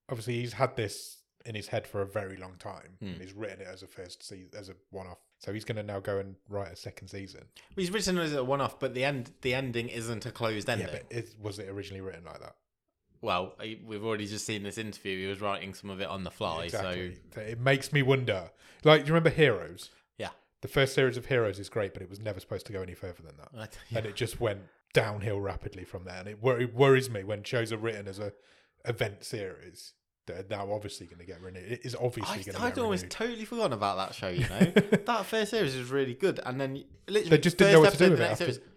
Speaker 1: obviously he's had this in his head for a very long time
Speaker 2: Hmm.
Speaker 1: and he's written it as a first season as a one-off. So he's going to now go and write a second season.
Speaker 2: He's written as a one-off, but the end the ending isn't a closed ending.
Speaker 1: Yeah, but it, was it originally written like that?
Speaker 2: Well, I- we've already just seen this interview. He was writing some of it on the fly,
Speaker 1: exactly. So
Speaker 2: so
Speaker 1: it makes me wonder. Like, do you remember Heroes?
Speaker 2: Yeah.
Speaker 1: The first series of Heroes is great, but it was never supposed to go any further than that.
Speaker 2: I- yeah.
Speaker 1: and it just went downhill rapidly from there. And it, wor- it worries me when shows are written as a event series. They're now obviously going to get renewed. It is obviously
Speaker 2: I,
Speaker 1: going to get
Speaker 2: I'd almost
Speaker 1: renewed.
Speaker 2: totally forgotten about that show. You know, that first series was really good, and then you- literally
Speaker 1: They just
Speaker 2: first
Speaker 1: didn't know what to
Speaker 2: episode,
Speaker 1: do
Speaker 2: the
Speaker 1: with it
Speaker 2: next
Speaker 1: after-
Speaker 2: series,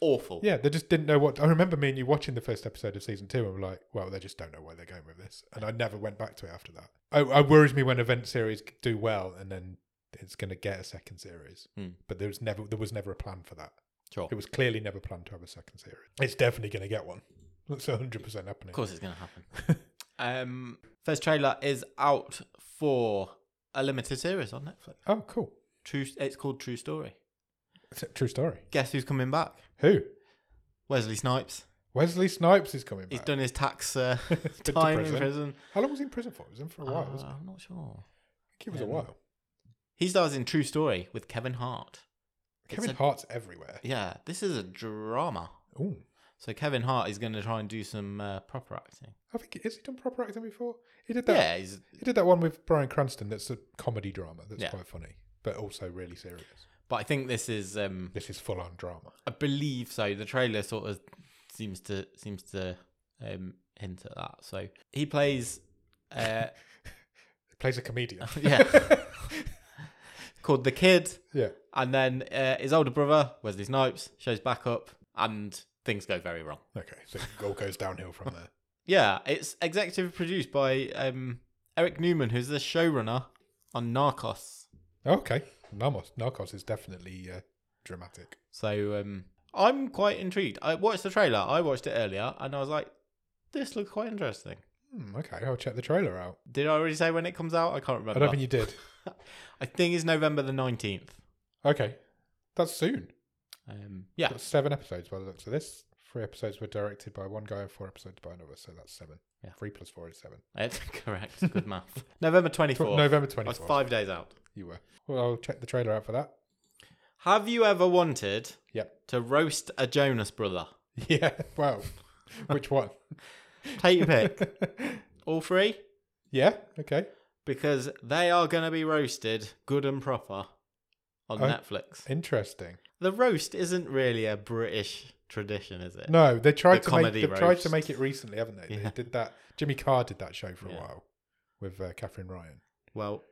Speaker 2: awful.
Speaker 1: yeah, they just didn't know what. I remember me and you watching the first episode of season two, and we're like, "Well, they just don't know where they're going with this." And I never went back to it after that. I, I worries me when event series do well, and then it's going to get a second series.
Speaker 2: Hmm.
Speaker 1: But there was never there was never a plan for that.
Speaker 2: Sure.
Speaker 1: It was clearly never planned to have a second series. It's definitely going to get one. That's hundred percent happening.
Speaker 2: Of course, it's going to happen. um, first trailer is out for a limited series on Netflix.
Speaker 1: Oh, cool.
Speaker 2: True, it's called True Story.
Speaker 1: It's a true story.
Speaker 2: Guess who's coming back?
Speaker 1: Who?
Speaker 2: Wesley Snipes.
Speaker 1: Wesley Snipes is coming back.
Speaker 2: He's done his tax uh,
Speaker 1: He's been to
Speaker 2: time
Speaker 1: prison.
Speaker 2: in prison.
Speaker 1: How long was he in prison for? He was in for a while.
Speaker 2: Uh,
Speaker 1: wasn't he?
Speaker 2: I'm not sure.
Speaker 1: I think it was a
Speaker 2: um,
Speaker 1: while.
Speaker 2: He stars in True Story with Kevin Hart. it's
Speaker 1: Kevin
Speaker 2: a-
Speaker 1: Hart's everywhere.
Speaker 2: Yeah, this is a drama.
Speaker 1: Ooh.
Speaker 2: So Kevin Hart is going to try and do some uh, proper acting.
Speaker 1: I think has he done proper acting before? He did that.
Speaker 2: yeah, he's,
Speaker 1: He did that one with Brian Cranston. That's a comedy drama. That's
Speaker 2: Yeah.
Speaker 1: quite funny, but also really serious.
Speaker 2: but I think this is. Um,
Speaker 1: This is full on drama.
Speaker 2: I believe so. The trailer sort of seems to seems to um, hint at that. So he plays. Uh,
Speaker 1: He plays a comedian.
Speaker 2: yeah, called the kid,
Speaker 1: yeah.
Speaker 2: and then uh, his older brother Wesley Snipes shows back up, and things go very wrong.
Speaker 1: Okay. So it all goes downhill from there.
Speaker 2: Yeah, it's executive produced by um, Eric Newman, who's the showrunner on Narcos.
Speaker 1: Okay. Namos, Narcos is definitely uh, dramatic.
Speaker 2: So um, I'm quite intrigued. I watched the trailer. I watched it earlier, and I was like, "This looks quite interesting."
Speaker 1: Hmm, okay. I'll check the trailer out.
Speaker 2: Did I already say when it comes out? I can't
Speaker 1: I
Speaker 2: remember.
Speaker 1: don't think you did.
Speaker 2: I think it's November the nineteenth.
Speaker 1: Okay. That's soon.
Speaker 2: Um, yeah,
Speaker 1: That's seven episodes by the looks of this. Three episodes were directed by one guy and four episodes by another, so that's seven.
Speaker 2: Yeah.
Speaker 1: Three plus four is seven.
Speaker 2: that's correct. Good math. November twenty
Speaker 1: Tw-
Speaker 2: fourth.
Speaker 1: November
Speaker 2: I was
Speaker 1: 24th.
Speaker 2: five days out.
Speaker 1: You were. Well, I'll check the trailer out for that.
Speaker 2: Have you ever wanted
Speaker 1: Yep.
Speaker 2: to roast a Jonas brother?
Speaker 1: Yeah. Wow. Which one?
Speaker 2: Take your pick. All three,
Speaker 1: Yeah. Okay.
Speaker 2: because they are going to be roasted good and proper
Speaker 1: Oh.
Speaker 2: on Netflix.
Speaker 1: Interesting.
Speaker 2: The roast isn't really a British tradition, is it?
Speaker 1: No, they tried
Speaker 2: The
Speaker 1: to make
Speaker 2: comedy
Speaker 1: they tried to
Speaker 2: roast.
Speaker 1: make it recently, haven't they?
Speaker 2: Yeah.
Speaker 1: They did that. Jimmy Carr did that show for a
Speaker 2: Yeah.
Speaker 1: while with uh, Catherine Ryan.
Speaker 2: Well,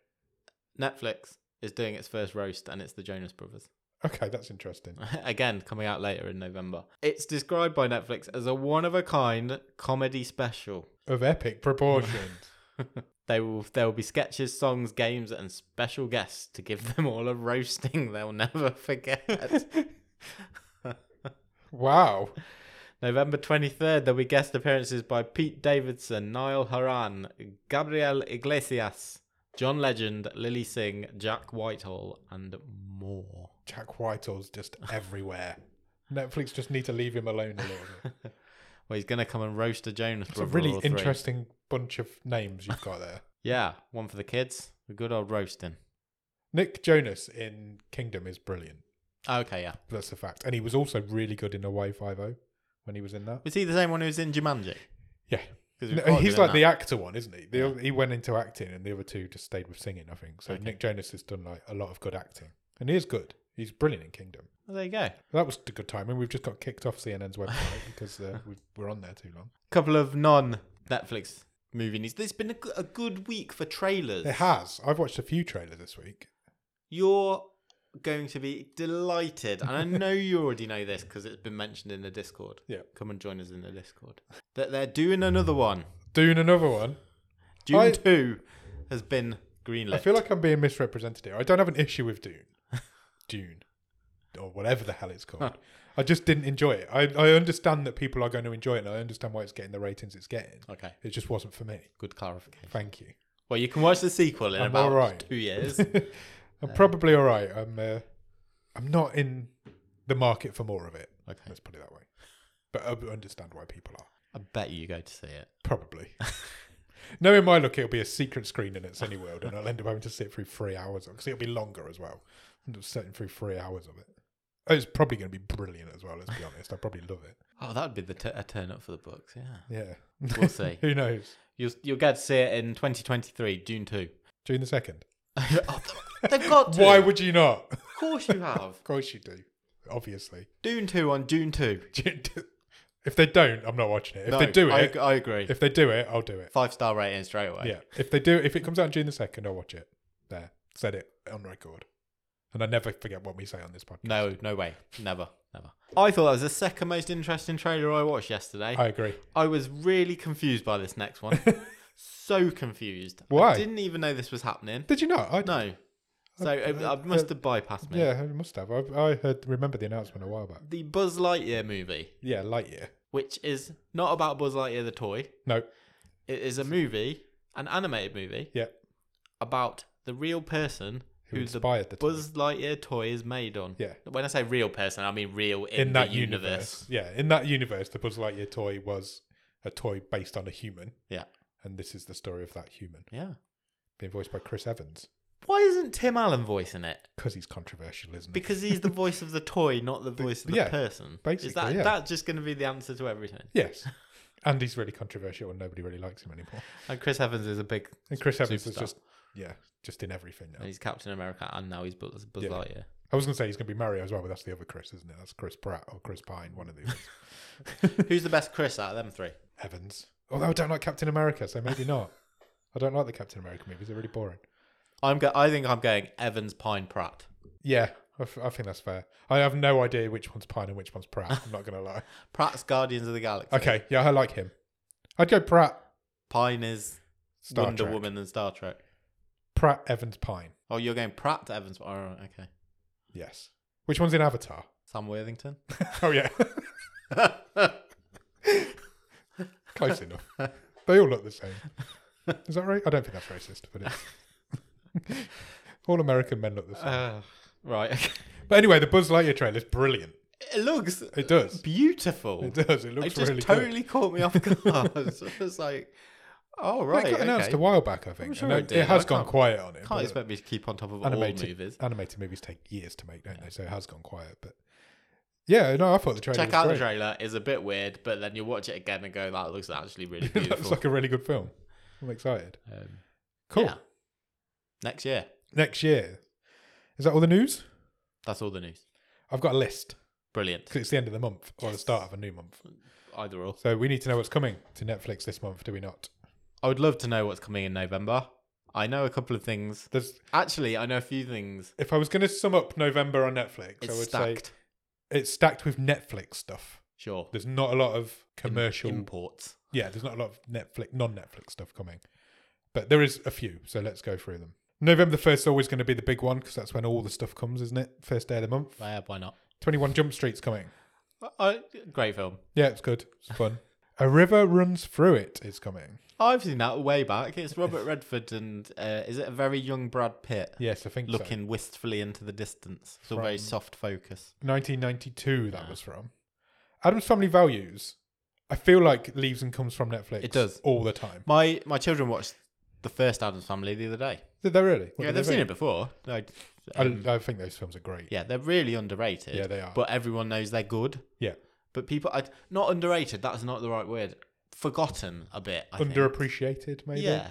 Speaker 2: Netflix is doing its first roast, and it's the Jonas Brothers.
Speaker 1: Okay, that's interesting.
Speaker 2: Again, coming out later in November. It's described by Netflix as a one of a kind comedy special.
Speaker 1: Of epic proportions.
Speaker 2: They will there will be sketches, songs, games, and special guests to give them all a roasting they'll never forget.
Speaker 1: wow.
Speaker 2: November 23rd, there'll be guest appearances by Pete Davidson, Niall Horan, Gabriel Iglesias, John Legend, Lily Singh, Jack Whitehall, and more.
Speaker 1: Jack Whitehall's just everywhere. Netflix just need to leave him alone a little bit.
Speaker 2: Well, he's going to come and roast a Jonas
Speaker 1: It's a
Speaker 2: Brother
Speaker 1: really
Speaker 2: or three.
Speaker 1: interesting bunch of names you've got there.
Speaker 2: Yeah, one for the kids. A good old roasting.
Speaker 1: Nick Jonas in Kingdom is brilliant.
Speaker 2: Oh, Okay, yeah.
Speaker 1: That's a fact. And he was also really good in Away 5 0. when he was in that.
Speaker 2: Was he the same one who was in Jumanji?
Speaker 1: Yeah.
Speaker 2: 'Cause he was
Speaker 1: No,
Speaker 2: quite
Speaker 1: he's
Speaker 2: good in
Speaker 1: like
Speaker 2: that.
Speaker 1: the actor one, isn't he? The, He went into acting, and the other two just stayed with singing. I think so.
Speaker 2: Okay.
Speaker 1: Nick Jonas has done like a lot of good acting, and he is good. He's brilliant in Kingdom.
Speaker 2: Well, there you go.
Speaker 1: That was a good timing. We've just got kicked off CNN's website because uh, we we're on there too long.
Speaker 2: couple of non Netflix movie news. There's been a, g- a good week for trailers.
Speaker 1: It has. I've watched a few trailers this week.
Speaker 2: You're going to be delighted, and I know you already know this because it's been mentioned in the Discord.
Speaker 1: Yeah.
Speaker 2: Come and join us in the Discord. That they're doing another one.
Speaker 1: Doing another one.
Speaker 2: Dune
Speaker 1: I-
Speaker 2: 2 has been greenlit.
Speaker 1: I feel like I'm being misrepresented here. I don't have an issue with Dune. Dune. Or whatever the hell it's called. I just didn't enjoy it. I, I understand that people are going to enjoy it and I understand why it's getting the ratings it's getting.
Speaker 2: okay,
Speaker 1: It just wasn't for me.
Speaker 2: good clarification.
Speaker 1: Thank you.
Speaker 2: Well, you can watch the sequel in
Speaker 1: I'm
Speaker 2: about
Speaker 1: alright.
Speaker 2: two years.
Speaker 1: I'm probably all right. I'm uh, I'm not in the market for more of it.
Speaker 2: okay.
Speaker 1: Let's put it that way. But I understand why people are.
Speaker 2: I bet you go to see it.
Speaker 1: Probably. Knowing my luck, it'll be a secret screen in at Cineworld, and I'll end up having to sit through three hours because it'll be longer as well. I'm just sitting through three hours of it. Oh, It's probably going to be brilliant as well. Let's be honest. I probably love it.
Speaker 2: Oh, that'd be the t- a turn up for the books. Yeah,
Speaker 1: Yeah.
Speaker 2: we'll see.
Speaker 1: Who knows?
Speaker 2: You'll you'll get to see it in 2023, June 2.
Speaker 1: June the second.
Speaker 2: Oh, they've got to.
Speaker 1: Why would you not?
Speaker 2: Of course you have.
Speaker 1: Of course you do. Obviously.
Speaker 2: Dune 2 on Dune 2.
Speaker 1: If they don't, I'm not watching it. If they do it,
Speaker 2: I, I agree.
Speaker 1: if they do it, I'll do it.
Speaker 2: Five star rating straight away.
Speaker 1: Yeah. If they do, if it comes out on June the second, I'll watch it. There, said it on record, and I never forget what we say on this podcast.
Speaker 2: No, no way. Never. Never. I thought that was the second most interesting trailer I watched yesterday.
Speaker 1: I
Speaker 2: I,
Speaker 1: agree.
Speaker 2: was really confused by this next one. so confused.
Speaker 1: Why?
Speaker 2: I didn't even know this was happening.
Speaker 1: Did you not? I
Speaker 2: No. So it, I must have bypassed me.
Speaker 1: Yeah, I must have. I, I heard remember the announcement a while back.
Speaker 2: The Buzz Lightyear movie,
Speaker 1: Yeah, Lightyear.
Speaker 2: which is not about Buzz Lightyear the toy,
Speaker 1: No.
Speaker 2: it is a movie, an animated movie,
Speaker 1: Yeah.
Speaker 2: about the real person
Speaker 1: Who
Speaker 2: who's the
Speaker 1: inspired the toy.
Speaker 2: Buzz Lightyear toy is made on.
Speaker 1: Yeah.
Speaker 2: When I say real person, I mean real in,
Speaker 1: in,
Speaker 2: the
Speaker 1: that universe.
Speaker 2: universe.
Speaker 1: Yeah, in that universe, the Buzz Lightyear toy was a toy based on a human,
Speaker 2: Yeah.
Speaker 1: and this is the story of that human
Speaker 2: Yeah.
Speaker 1: being voiced by Chris Evans
Speaker 2: Why isn't Tim Allen voicing it?
Speaker 1: because he's controversial, isn't he?
Speaker 2: Because he's the voice of the toy, not the voice of the
Speaker 1: yeah,
Speaker 2: person.
Speaker 1: basically,
Speaker 2: is that
Speaker 1: yeah.
Speaker 2: that's just going to be the answer to everything?
Speaker 1: Yes. And he's really controversial, and nobody really likes him anymore.
Speaker 2: And Chris Evans is a big.
Speaker 1: And Chris Evans is
Speaker 2: Superstar.
Speaker 1: just, yeah, just in everything now.
Speaker 2: and He's Captain America, and now he's Buzz, Buzz
Speaker 1: Yeah.
Speaker 2: Lightyear.
Speaker 1: I was going to say he's going to be Mario as well, but that's the other Chris, isn't it? That's Chris Pratt or Chris Pine, one of the others.
Speaker 2: Who's the best Chris out of them three?
Speaker 1: Evans. Although I don't like Captain America, so maybe not. I don't like the Captain America movies; they're really boring.
Speaker 2: I'm. Go- I think I'm going Evans, Pine, Pratt.
Speaker 1: Yeah, I, f- I think that's fair. I have no idea which one's Pine and which one's Pratt. I'm not going to lie.
Speaker 2: Pratt's Guardians of the Galaxy.
Speaker 1: Okay, yeah, I like him. I'd go Pratt,
Speaker 2: Pine is
Speaker 1: Star
Speaker 2: Wonder
Speaker 1: Trek.
Speaker 2: Woman and Star Trek.
Speaker 1: Pratt, Evans, Pine.
Speaker 2: Oh, you're going Pratt to Evans. Oh, right, okay.
Speaker 1: Yes. Which one's in Avatar?
Speaker 2: Sam Worthington.
Speaker 1: Oh yeah, close enough. They all look the same. Is that right? I don't think that's racist, but it's all American men look the same.
Speaker 2: Uh, right.
Speaker 1: But
Speaker 2: Okay.
Speaker 1: anyway, the Buzz Lightyear trailer is brilliant.
Speaker 2: It looks
Speaker 1: It does.
Speaker 2: beautiful.
Speaker 1: It
Speaker 2: It,
Speaker 1: does. It looks
Speaker 2: just
Speaker 1: really good.
Speaker 2: totally caught me off guard. I was like, oh,
Speaker 1: Well,
Speaker 2: right.
Speaker 1: it got announced
Speaker 2: okay.
Speaker 1: a while back, I think.
Speaker 2: sure
Speaker 1: and
Speaker 2: it
Speaker 1: it,
Speaker 2: did.
Speaker 1: it has
Speaker 2: I
Speaker 1: gone
Speaker 2: can't-
Speaker 1: quiet on it.
Speaker 2: Can't
Speaker 1: but
Speaker 2: expect me to keep on top of all movies.
Speaker 1: animated, animated movies take years to make, don't they? So it has gone quiet. But yeah, no, I thought the trailer
Speaker 2: Check
Speaker 1: was
Speaker 2: out
Speaker 1: great.
Speaker 2: the trailer. It's a bit weird, but then you watch it again and go, that looks actually really
Speaker 1: That's
Speaker 2: beautiful.
Speaker 1: like a really good film. I'm excited.
Speaker 2: Um,
Speaker 1: Cool.
Speaker 2: yeah. Next year.
Speaker 1: Next year. Is that all the news?
Speaker 2: That's all the news.
Speaker 1: I've got a list
Speaker 2: Brilliant.
Speaker 1: because it's the end of the month or the
Speaker 2: Yes.
Speaker 1: start of a new month.
Speaker 2: Either or.
Speaker 1: So we need to know what's coming to Netflix this month, do we not?
Speaker 2: I would love to know what's coming in November. I know a couple of things.
Speaker 1: There's,
Speaker 2: Actually, I know a few things.
Speaker 1: if I was going to sum up November on Netflix, I
Speaker 2: It's
Speaker 1: would
Speaker 2: stacked.
Speaker 1: say it's stacked with Netflix stuff.
Speaker 2: Sure.
Speaker 1: There's not a lot of commercial
Speaker 2: Imports.
Speaker 1: Yeah, there's not a lot of Netflix, non-Netflix stuff coming, but there is a few. So let's go through them. November the first is always going to be the big one because that's when all the stuff comes, isn't it? First day of the month.
Speaker 2: Yeah, why not?
Speaker 1: Twenty One Jump Street's coming.
Speaker 2: I, great film.
Speaker 1: Yeah, it's good. It's fun. a river runs through it is coming.
Speaker 2: I've seen that way back. It's Robert Redford and uh, is it a very young Brad Pitt
Speaker 1: Yes, I think so.
Speaker 2: looking wistfully into the distance? It's a very
Speaker 1: From-
Speaker 2: soft focus.
Speaker 1: 1992 that
Speaker 2: Ah.
Speaker 1: was from. Adam's Family Values. I feel like leaves and comes from Netflix.
Speaker 2: It does.
Speaker 1: all the time.
Speaker 2: My my children watched the first Adams Family the other day.
Speaker 1: Did they really? What
Speaker 2: yeah,
Speaker 1: did they
Speaker 2: they've seen
Speaker 1: think?
Speaker 2: it before. I,
Speaker 1: I,
Speaker 2: um,
Speaker 1: I think those films are great.
Speaker 2: yeah, they're really underrated.
Speaker 1: Yeah, they are.
Speaker 2: But everyone knows they're good.
Speaker 1: Yeah.
Speaker 2: But people, i not underrated. That's not the right word. Forgotten a bit. I think.
Speaker 1: Underappreciated, maybe.
Speaker 2: Yeah,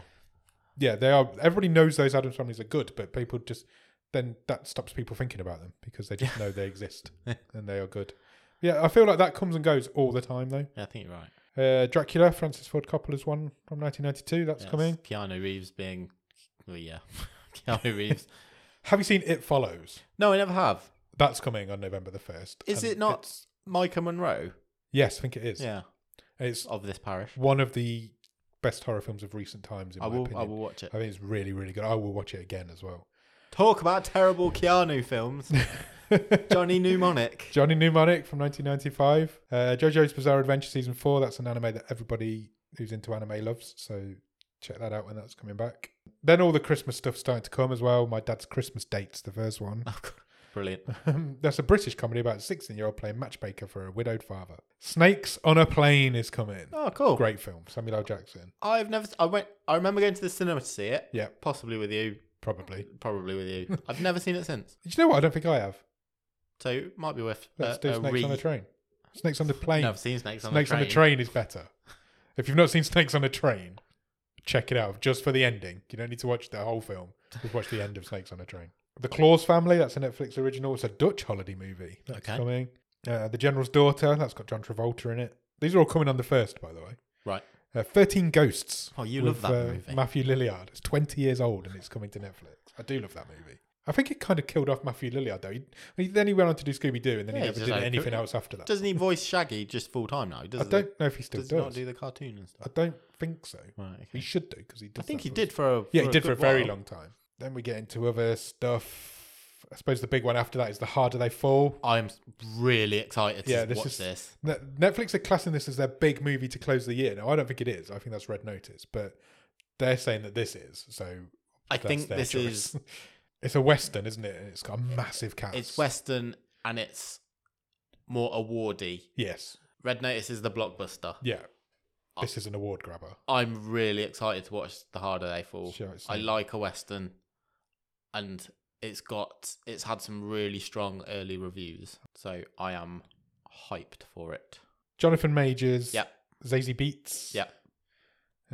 Speaker 1: Yeah, they are. Everybody knows those Adams families are good, but people just then that stops people thinking about them because they just know they exist and they are good. Yeah, I feel like that comes and goes all the time though.
Speaker 2: yeah, I think you're right.
Speaker 1: Uh, Dracula, Francis Ford Coppola's one from 1992. That's
Speaker 2: Yes,
Speaker 1: coming.
Speaker 2: Keanu Reeves being, well, yeah, Keanu Reeves.
Speaker 1: Have you seen It Follows?
Speaker 2: No, I never have.
Speaker 1: That's coming on November the first.
Speaker 2: Is
Speaker 1: and
Speaker 2: it not-
Speaker 1: it's-
Speaker 2: Micah Monroe.
Speaker 1: yes, I think it is.
Speaker 2: Yeah,
Speaker 1: It's
Speaker 2: of this parish.
Speaker 1: one of the best horror films of recent times. In
Speaker 2: I
Speaker 1: my
Speaker 2: will.
Speaker 1: opinion,
Speaker 2: I will watch it.
Speaker 1: I think it's really, really good. I will watch it again as well.
Speaker 2: Talk about terrible Keanu films. Johnny Mnemonic.
Speaker 1: Johnny Mnemonic from 1995. Uh, JoJo's Bizarre Adventure Season 4. That's an anime that everybody who's into anime loves. So check that out when that's coming back. Then all the Christmas stuff starting to come as well. My Dad's Christmas Date's the first one. Um,
Speaker 2: Brilliant.
Speaker 1: that's a British comedy about a 16 year old playing matchmaker for a widowed father. Snakes on a Plane is coming.
Speaker 2: Oh, cool.
Speaker 1: Great film. Samuel L. Jackson.
Speaker 2: I've never. I went. I remember going to the cinema to see it.
Speaker 1: Yeah,
Speaker 2: Possibly with you.
Speaker 1: probably.
Speaker 2: Probably with you. I've never seen it since.
Speaker 1: Do you know what? I don't think I have.
Speaker 2: So it might be worth
Speaker 1: Let's
Speaker 2: uh,
Speaker 1: do
Speaker 2: a
Speaker 1: Snakes
Speaker 2: re-
Speaker 1: on a Train. Snakes on the Plane.
Speaker 2: No, I've seen Snakes on
Speaker 1: Snakes
Speaker 2: a Train.
Speaker 1: on a Train is better. If you've not seen Snakes on a Train, check it out just for the ending. You don't need to watch the whole film. Just watch the end of Snakes on a Train. The Claus Family, that's a Netflix original. It's a Dutch holiday movie. That's
Speaker 2: Okay.
Speaker 1: coming. Uh, the General's Daughter, that's got John Travolta in it. These are all coming on the first, by the way.
Speaker 2: Right.
Speaker 1: Uh, 13 Ghosts.
Speaker 2: Oh, you
Speaker 1: with,
Speaker 2: love that
Speaker 1: uh,
Speaker 2: movie.
Speaker 1: Matthew Lilliard. It's 20 years old and it's coming to Netflix. I do love that movie. I think it kind of killed off Matthew Lilliard, though. He, he- then he went on to do Scooby Doo and then
Speaker 2: Yeah,
Speaker 1: he
Speaker 2: he's
Speaker 1: never
Speaker 2: just
Speaker 1: did
Speaker 2: like-
Speaker 1: anything else after that.
Speaker 2: Doesn't he voice Shaggy just full time now?
Speaker 1: I
Speaker 2: Doesn't
Speaker 1: don't know if he
Speaker 2: He,
Speaker 1: still
Speaker 2: does
Speaker 1: does.
Speaker 2: he not do the cartoon and
Speaker 1: I
Speaker 2: stuff?
Speaker 1: don't think so.
Speaker 2: Right. okay.
Speaker 1: He should do because he
Speaker 2: I
Speaker 1: does.
Speaker 2: think
Speaker 1: that
Speaker 2: he
Speaker 1: voice.
Speaker 2: did for a
Speaker 1: Yeah, he did for a
Speaker 2: good
Speaker 1: very
Speaker 2: while.
Speaker 1: long time. Then we get into other stuff. I suppose the big one after that is the harder they fall.
Speaker 2: I'm really excited to
Speaker 1: Yeah, this
Speaker 2: watch
Speaker 1: is-
Speaker 2: this.
Speaker 1: Ne- Netflix are classing this as their big movie to close the year. Now I don't think it is. I think that's Red Notice, but they're saying that this is. So
Speaker 2: I
Speaker 1: that's
Speaker 2: think
Speaker 1: their
Speaker 2: this
Speaker 1: choice.
Speaker 2: is
Speaker 1: it's a western, isn't it? And it's got a massive cast.
Speaker 2: it's western and it's more awardy.
Speaker 1: Yes.
Speaker 2: Red Notice is the blockbuster.
Speaker 1: Yeah.
Speaker 2: Uh,
Speaker 1: This is an award grabber.
Speaker 2: I'm really excited to watch The Harder They Fall.
Speaker 1: Sure, it's
Speaker 2: I
Speaker 1: not-
Speaker 2: like a western, and it's got it's had some really strong early reviews, so I am hyped for it.
Speaker 1: Jonathan Majors.
Speaker 2: Yeah.
Speaker 1: Zazie Beats.
Speaker 2: Yeah.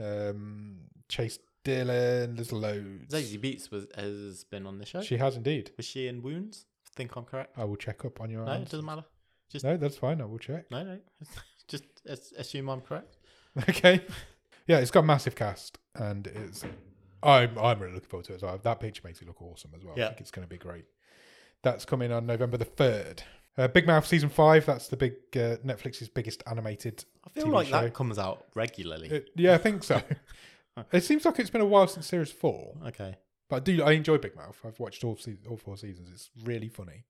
Speaker 1: Um, Chase Dillon. There's loads.
Speaker 2: Zazie Beats was has been on the show.
Speaker 1: She has indeed.
Speaker 2: was she in Wounds? I think I'm correct.
Speaker 1: I will check up on your
Speaker 2: No, it
Speaker 1: answers.
Speaker 2: doesn't matter. Just
Speaker 1: No, that's fine. I will check.
Speaker 2: no, no. Just as- assume I'm correct.
Speaker 1: Okay. Yeah, it's got a massive cast, and it's. I'm I'm really looking forward to it as well. That picture makes it look awesome as well. I
Speaker 2: Yeah.
Speaker 1: think it's going to be great. That's coming on November the third. Uh, Big Mouth season five. That's the big uh, Netflix's biggest animated.
Speaker 2: I feel
Speaker 1: TV
Speaker 2: like
Speaker 1: show.
Speaker 2: that comes out regularly.
Speaker 1: It- yeah, I think so. it seems like it's been a while since series four,
Speaker 2: okay.
Speaker 1: but I do I enjoy Big Mouth. I've watched all se- all four seasons. It's really funny.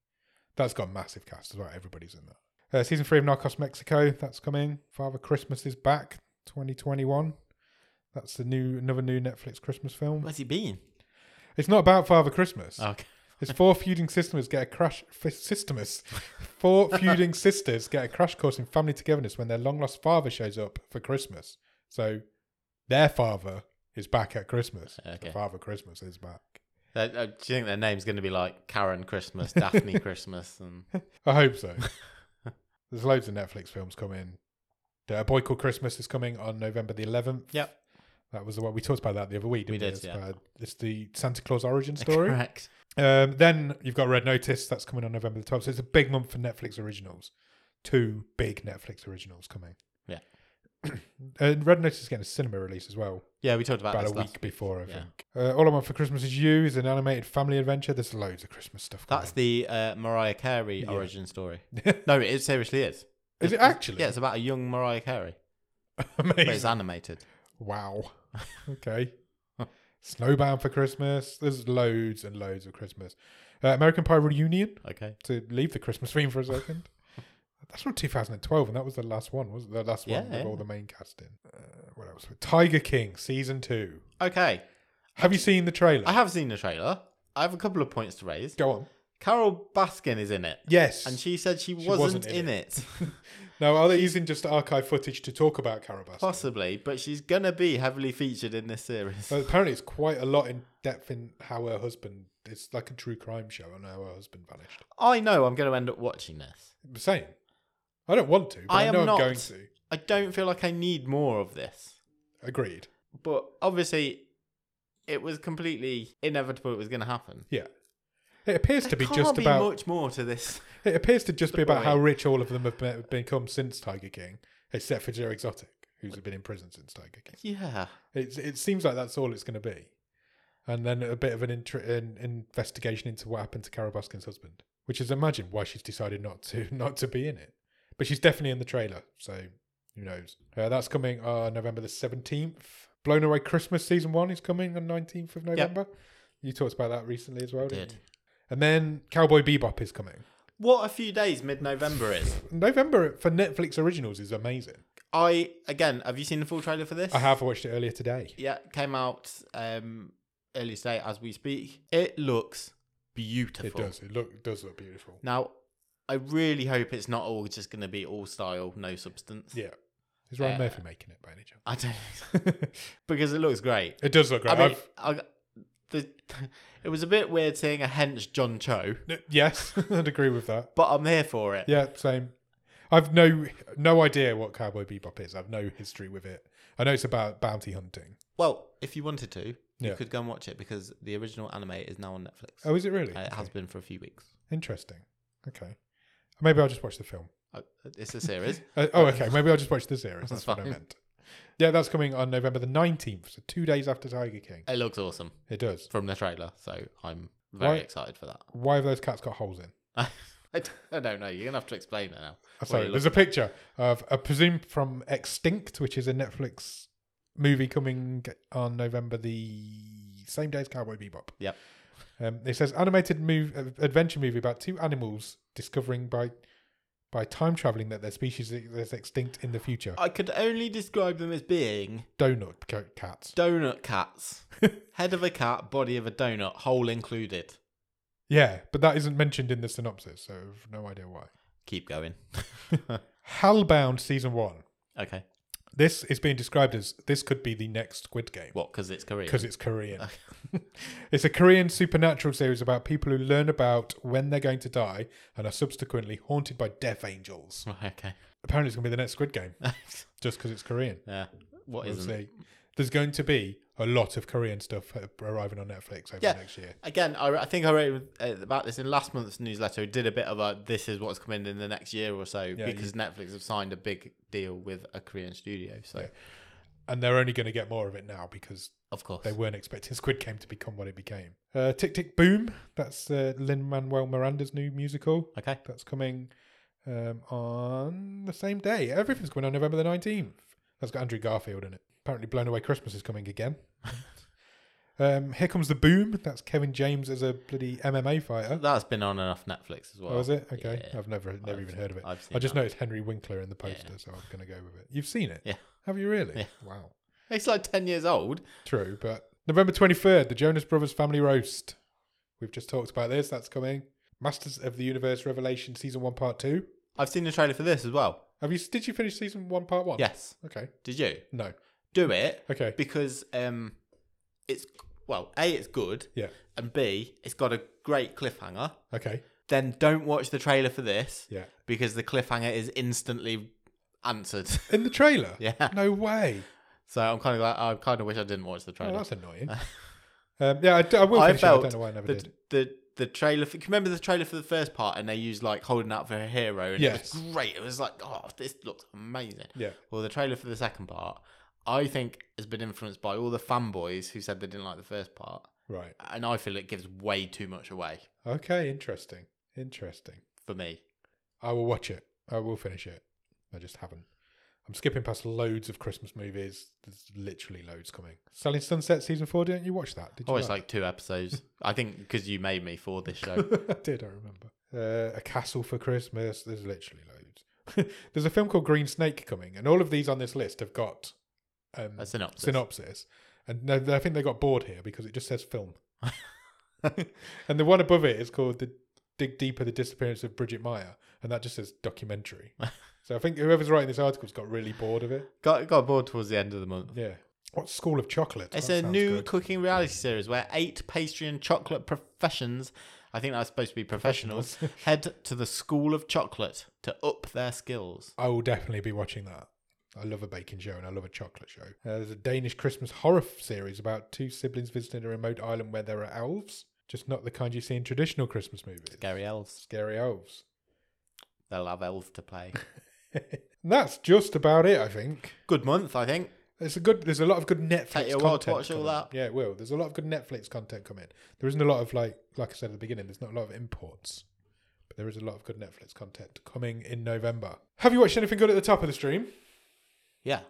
Speaker 1: That's got a massive cast as well. Everybody's in that. Uh, season three of Narcos Mexico. That's coming. Father Christmas is back. 2021. That's the new another new Netflix Christmas film.
Speaker 2: Where's he been?
Speaker 1: It's not about Father Christmas.
Speaker 2: Okay.
Speaker 1: His four feuding sisters get a crash. F- sisters, four feuding sisters get a crash course in family togetherness when their long lost father shows up for Christmas. So, their father is back at Christmas.
Speaker 2: Uh, Okay.
Speaker 1: So father Christmas is back.
Speaker 2: That, uh, do you think their name's going to be like Karen Christmas, Daphne Christmas, and
Speaker 1: I hope so. There's loads of Netflix films coming. The A Boy Called Christmas is coming on November the 11th.
Speaker 2: Yep.
Speaker 1: That was the one we talked about that the other week. Didn't
Speaker 2: We
Speaker 1: we
Speaker 2: did,
Speaker 1: It's
Speaker 2: yeah.
Speaker 1: about- It's the Santa Claus origin story.
Speaker 2: Correct.
Speaker 1: Um, then you've got Red Notice. That's coming on November the 12th. So it's a big month for Netflix originals. Two big Netflix originals coming.
Speaker 2: Yeah.
Speaker 1: and Red Notice is getting a cinema release as well
Speaker 2: Yeah, we talked about,
Speaker 1: about
Speaker 2: this
Speaker 1: a
Speaker 2: last
Speaker 1: week before, I
Speaker 2: Yeah.
Speaker 1: think. Uh, All I Want for Christmas is You is an animated family adventure. There's loads of Christmas stuff.
Speaker 2: That's the uh, Mariah Carey
Speaker 1: Yeah.
Speaker 2: origin story.
Speaker 1: coming.
Speaker 2: No, it seriously is.
Speaker 1: is it
Speaker 2: It's-
Speaker 1: actually?
Speaker 2: Yeah, it's about a young Mariah Carey, but
Speaker 1: Amazing.
Speaker 2: it's animated.
Speaker 1: Wow. Okay. Snowbound for Christmas. There's loads and loads of Christmas. Uh, American Pie Reunion,
Speaker 2: Okay.
Speaker 1: to leave the Christmas theme for a second. That's from 2012, and that was the last one, wasn't it? The last one
Speaker 2: Yeah.
Speaker 1: with all the main cast in. Uh, what else? Tiger King, Season 2.
Speaker 2: Okay.
Speaker 1: Have you seen the trailer?
Speaker 2: I have seen the trailer. I have a couple of points to raise.
Speaker 1: Go on.
Speaker 2: Carol Baskin is in it,
Speaker 1: Yes.
Speaker 2: and she said she wasn't,
Speaker 1: wasn't in
Speaker 2: in it,
Speaker 1: no, I'll using just archive footage to talk about Carabas.
Speaker 2: possibly, but she's gonna be heavily featured in this series.
Speaker 1: But Uh, apparently, it's quite a lot in depth in how her husband. It's like a true crime show on how her husband vanished.
Speaker 2: I know I'm gonna end up watching this.
Speaker 1: Same. I don't want to, but I,
Speaker 2: I am
Speaker 1: know I'm
Speaker 2: not.
Speaker 1: going to.
Speaker 2: I don't feel like I need more of this.
Speaker 1: Agreed.
Speaker 2: But obviously, it was completely inevitable it was going to happen.
Speaker 1: Yeah. It appears to
Speaker 2: There
Speaker 1: be
Speaker 2: can't
Speaker 1: just
Speaker 2: be
Speaker 1: about.
Speaker 2: much more to this.
Speaker 1: It appears to just be about how
Speaker 2: Right.
Speaker 1: rich all of them have be- become since Tiger King, except for Joe Exotic, who's been in prison since Tiger King.
Speaker 2: Yeah.
Speaker 1: It's, it seems like that's all it's going to be. And then a bit of an, intr an investigation into what happened to Carol Baskin's husband, which is imagine why she's decided not to not to be in it. But she's definitely in the trailer, so who knows? Uh, that's coming on November the seventeenth. Blown Away Christmas season one is coming on nineteenth of November. You talked about that recently as well, didn't
Speaker 2: Did.
Speaker 1: you? And then Cowboy Bebop is coming.
Speaker 2: What a few days mid November is.
Speaker 1: November for Netflix originals is amazing.
Speaker 2: I, again, have you seen the full trailer for this?
Speaker 1: I have watched it earlier today.
Speaker 2: Yeah, came out um, early today as we speak. It looks beautiful.
Speaker 1: It does. It look it does look beautiful.
Speaker 2: Now, I really hope it's not all just going to be all style, no substance.
Speaker 1: Yeah. Is Ryan
Speaker 2: Uh,
Speaker 1: Murphy making it by any chance?
Speaker 2: I don't because it looks great.
Speaker 1: It does look great.
Speaker 2: I mean,
Speaker 1: I've-
Speaker 2: I, the, it was a bit weird seeing a hench John Cho,
Speaker 1: n- yes, I'd agree with that.
Speaker 2: but I'm here for it.
Speaker 1: Yeah, same. I've no no idea what Cowboy Bebop is. I've no history with it. I know it's about bounty hunting.
Speaker 2: Well, if you wanted to,
Speaker 1: Yeah.
Speaker 2: you could go and watch it because the original anime is now on Netflix.
Speaker 1: Oh, is it really?
Speaker 2: Uh, it has
Speaker 1: Okay.
Speaker 2: been for a few weeks.
Speaker 1: Interesting. Okay. Maybe I'll just watch the film.
Speaker 2: Uh, It's a series.
Speaker 1: Uh, oh, okay. Maybe I'll just watch the series. That's what I
Speaker 2: Fine.
Speaker 1: meant. Yeah, that's coming on November the 19th, so two days after Tiger King.
Speaker 2: it looks awesome
Speaker 1: It does.
Speaker 2: from the trailer, so I'm very
Speaker 1: Right.
Speaker 2: excited for that.
Speaker 1: Why have those cats got holes in?
Speaker 2: I d- I don't know. You're gonna have to explain it now.
Speaker 1: Oh,
Speaker 2: What
Speaker 1: sorry,
Speaker 2: you
Speaker 1: there's a picture of, I presume, from Extinct, which is a Netflix movie coming on November the same day as Cowboy Bebop.
Speaker 2: Yep.
Speaker 1: Um, it says animated move, uh, adventure movie about two animals discovering by by time traveling that their species is is extinct in the future.
Speaker 2: I could only describe them as being
Speaker 1: Donut co- cats.
Speaker 2: donut cats. Head of a cat, body of a donut, hole included.
Speaker 1: Yeah, but that isn't mentioned in the synopsis, so I've no idea why.
Speaker 2: Keep going.
Speaker 1: Hellbound season one.
Speaker 2: okay.
Speaker 1: This is being described as this could be the next Squid Game.
Speaker 2: What? Because it's Korean.
Speaker 1: because it's Korean. it's a Korean supernatural series about people who learn about when they're going to die and are subsequently haunted by death angels.
Speaker 2: Right, okay.
Speaker 1: Apparently, it's going to be the next Squid Game just because it's Korean.
Speaker 2: yeah. What
Speaker 1: We'll
Speaker 2: is it?
Speaker 1: see. There's going to be a lot of Korean stuff uh, arriving on Netflix over
Speaker 2: Yeah.
Speaker 1: the next year.
Speaker 2: Again, I, I think I wrote uh, about this in last month's newsletter. I did a bit of a this is what's coming in the next year or so
Speaker 1: Yeah,
Speaker 2: because Netflix have signed a big deal with a Korean studio. So,
Speaker 1: Yeah. And they're only going to get more of it now because
Speaker 2: of course.
Speaker 1: they weren't expecting Squid Game to become what it became. Uh, Tick Tick Boom, that's uh, Lin Manuel Miranda's new musical.
Speaker 2: okay.
Speaker 1: That's coming um, on the same day. Everything's coming on November the 19th. That's got Andrew Garfield in it. Apparently, Blown Away Christmas is coming again. um, Here Comes the Boom. That's Kevin James as a bloody MMA fighter.
Speaker 2: That's been on and off Netflix as well.
Speaker 1: Oh, is it? Okay.
Speaker 2: Yeah.
Speaker 1: I've never never
Speaker 2: I've
Speaker 1: even
Speaker 2: seen-
Speaker 1: heard of it.
Speaker 2: I've seen
Speaker 1: I just
Speaker 2: that.
Speaker 1: noticed Henry Winkler in the poster, so I'm going to go with it. You've seen it?
Speaker 2: Yeah.
Speaker 1: Have you really?
Speaker 2: Yeah.
Speaker 1: Wow.
Speaker 2: It's like 10 years old.
Speaker 1: True, but November 23rd, the Jonas Brothers Family Roast. We've just talked about this. That's coming. Masters of the Universe Revelation Season 1 Part 2.
Speaker 2: I've seen the trailer for this as well.
Speaker 1: Have you? Did you finish season one, part one?
Speaker 2: Yes.
Speaker 1: Okay.
Speaker 2: Did you?
Speaker 1: No.
Speaker 2: Do it
Speaker 1: Okay.
Speaker 2: because um, it's, well, A, it's good,
Speaker 1: Yeah.
Speaker 2: and B, it's got a great cliffhanger.
Speaker 1: Okay.
Speaker 2: Then don't watch the trailer for this
Speaker 1: Yeah.
Speaker 2: because the cliffhanger is instantly answered.
Speaker 1: In the trailer.
Speaker 2: yeah.
Speaker 1: No way.
Speaker 2: So I'm kind of like, I kind of wish I didn't watch the
Speaker 1: Oh,
Speaker 2: trailer.
Speaker 1: that's annoying. um, yeah, I, d- I will
Speaker 2: I
Speaker 1: finish it. I
Speaker 2: felt
Speaker 1: don't know why I never
Speaker 2: the,
Speaker 1: did.
Speaker 2: the the trailer. For, can you remember the trailer for the first part, and they used like holding out for a hero, and
Speaker 1: Yes.
Speaker 2: it was great. It was like, oh, this looks amazing.
Speaker 1: Yeah.
Speaker 2: Well, the trailer for the second part, I think, has been influenced by all the fanboys who said they didn't like the first part,
Speaker 1: Right.
Speaker 2: and I feel it gives way too much away
Speaker 1: Okay. Interesting. Interesting.
Speaker 2: for me.
Speaker 1: I will watch it. I will finish it. I just haven't. I'm skipping past loads of Christmas movies. There's literally loads coming. Selling Sunset season four. Didn't you watch that? Did you?
Speaker 2: Oh, it's like two episodes. I think because you made me for this show.
Speaker 1: I did. I remember. Uh, a castle for Christmas. There's literally loads. There's a film called Green Snake coming, and all of these on this list have got um,
Speaker 2: A synopsis.
Speaker 1: synopsis. And no, I think they got bored here because it just says film. and the one above it is called "The Dig Deeper: The Disappearance of Bridget Meyer," and that just says documentary. so I think whoever's writing this article's got really bored of it.
Speaker 2: got got bored towards the end of the month.
Speaker 1: Yeah. What's School of Chocolate?
Speaker 2: It's
Speaker 1: That
Speaker 2: a
Speaker 1: sounds
Speaker 2: new
Speaker 1: good.
Speaker 2: cooking reality series where eight pastry and chocolate professions I think that's supposed to be professionals. Head to the School of Chocolate to up their skills.
Speaker 1: I will definitely be watching that. I love a baking show and I love a chocolate show. Uh, there's a Danish Christmas horror f- series about two siblings visiting a remote island where there are elves, just not the kind you see in traditional Christmas movies.
Speaker 2: Scary elves.
Speaker 1: Scary elves.
Speaker 2: They'll have elves to play.
Speaker 1: And that's just about it, I think.
Speaker 2: Good month, I think.
Speaker 1: It's a good. There's a lot of good Netflix.
Speaker 2: Take you
Speaker 1: content
Speaker 2: a while to watch all
Speaker 1: coming.
Speaker 2: that.
Speaker 1: Yeah, it will. There's a lot of good Netflix content coming. There isn't a lot of like, like I said at the beginning. There's not a lot of imports, but there is a lot of good Netflix content coming in November. Have you watched anything good at the top of the stream?
Speaker 2: Yeah.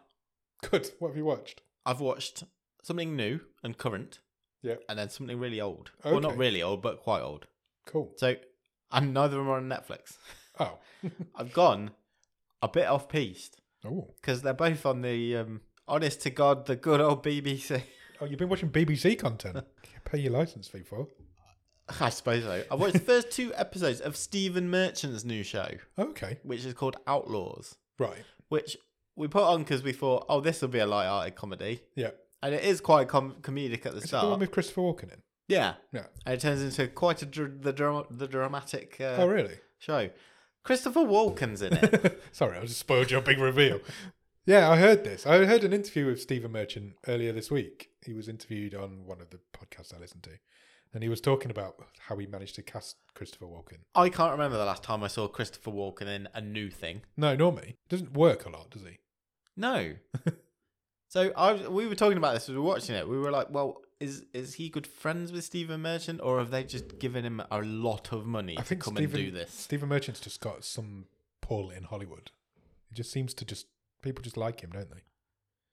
Speaker 1: Good. What have you watched?
Speaker 2: I've watched something new and current.
Speaker 1: Yeah.
Speaker 2: And then something really old. Well, not
Speaker 1: Okay.
Speaker 2: really old, but quite old.
Speaker 1: Cool.
Speaker 2: So, and neither of them are on Netflix.
Speaker 1: Oh.
Speaker 2: I've gone a bit off piste
Speaker 1: Oh.
Speaker 2: because they're both on the um, honest to God, the good old BBC.
Speaker 1: Oh, you've been watching BBC content. You pay your license fee for.
Speaker 2: I suppose so. I watched the first two episodes of Stephen Merchant's new show,
Speaker 1: Okay.
Speaker 2: which is called Outlaws,
Speaker 1: Right.
Speaker 2: which we put on because we thought, oh, this will be a light-hearted comedy,
Speaker 1: Yeah.
Speaker 2: and it is quite com- comedic at the
Speaker 1: Is it the one
Speaker 2: start.
Speaker 1: with Christopher Walken in?
Speaker 2: Yeah,
Speaker 1: Yeah.
Speaker 2: and it turns into quite a dr- the drama- the dramatic uh,
Speaker 1: Oh, really?
Speaker 2: show. Christopher Walken's in it.
Speaker 1: Sorry, I just spoiled your big reveal. Yeah, I heard this. I heard an interview with Stephen Merchant earlier this week. He was interviewed on one of the podcasts I listened to, and he was talking about how he managed to cast Christopher Walken.
Speaker 2: I can't remember the last time I saw Christopher Walken in a new thing.
Speaker 1: No, normally he doesn't work a lot, does he?
Speaker 2: No. so I was, we were talking about this. We were watching it. We were like, well, is is he good friends with Stephen Merchant, or have they just given him a lot of money
Speaker 1: I
Speaker 2: to
Speaker 1: think
Speaker 2: come
Speaker 1: Stephen,
Speaker 2: and do this?
Speaker 1: Stephen Merchant's just got some pull in Hollywood. He just seems to just people just like him, don't they?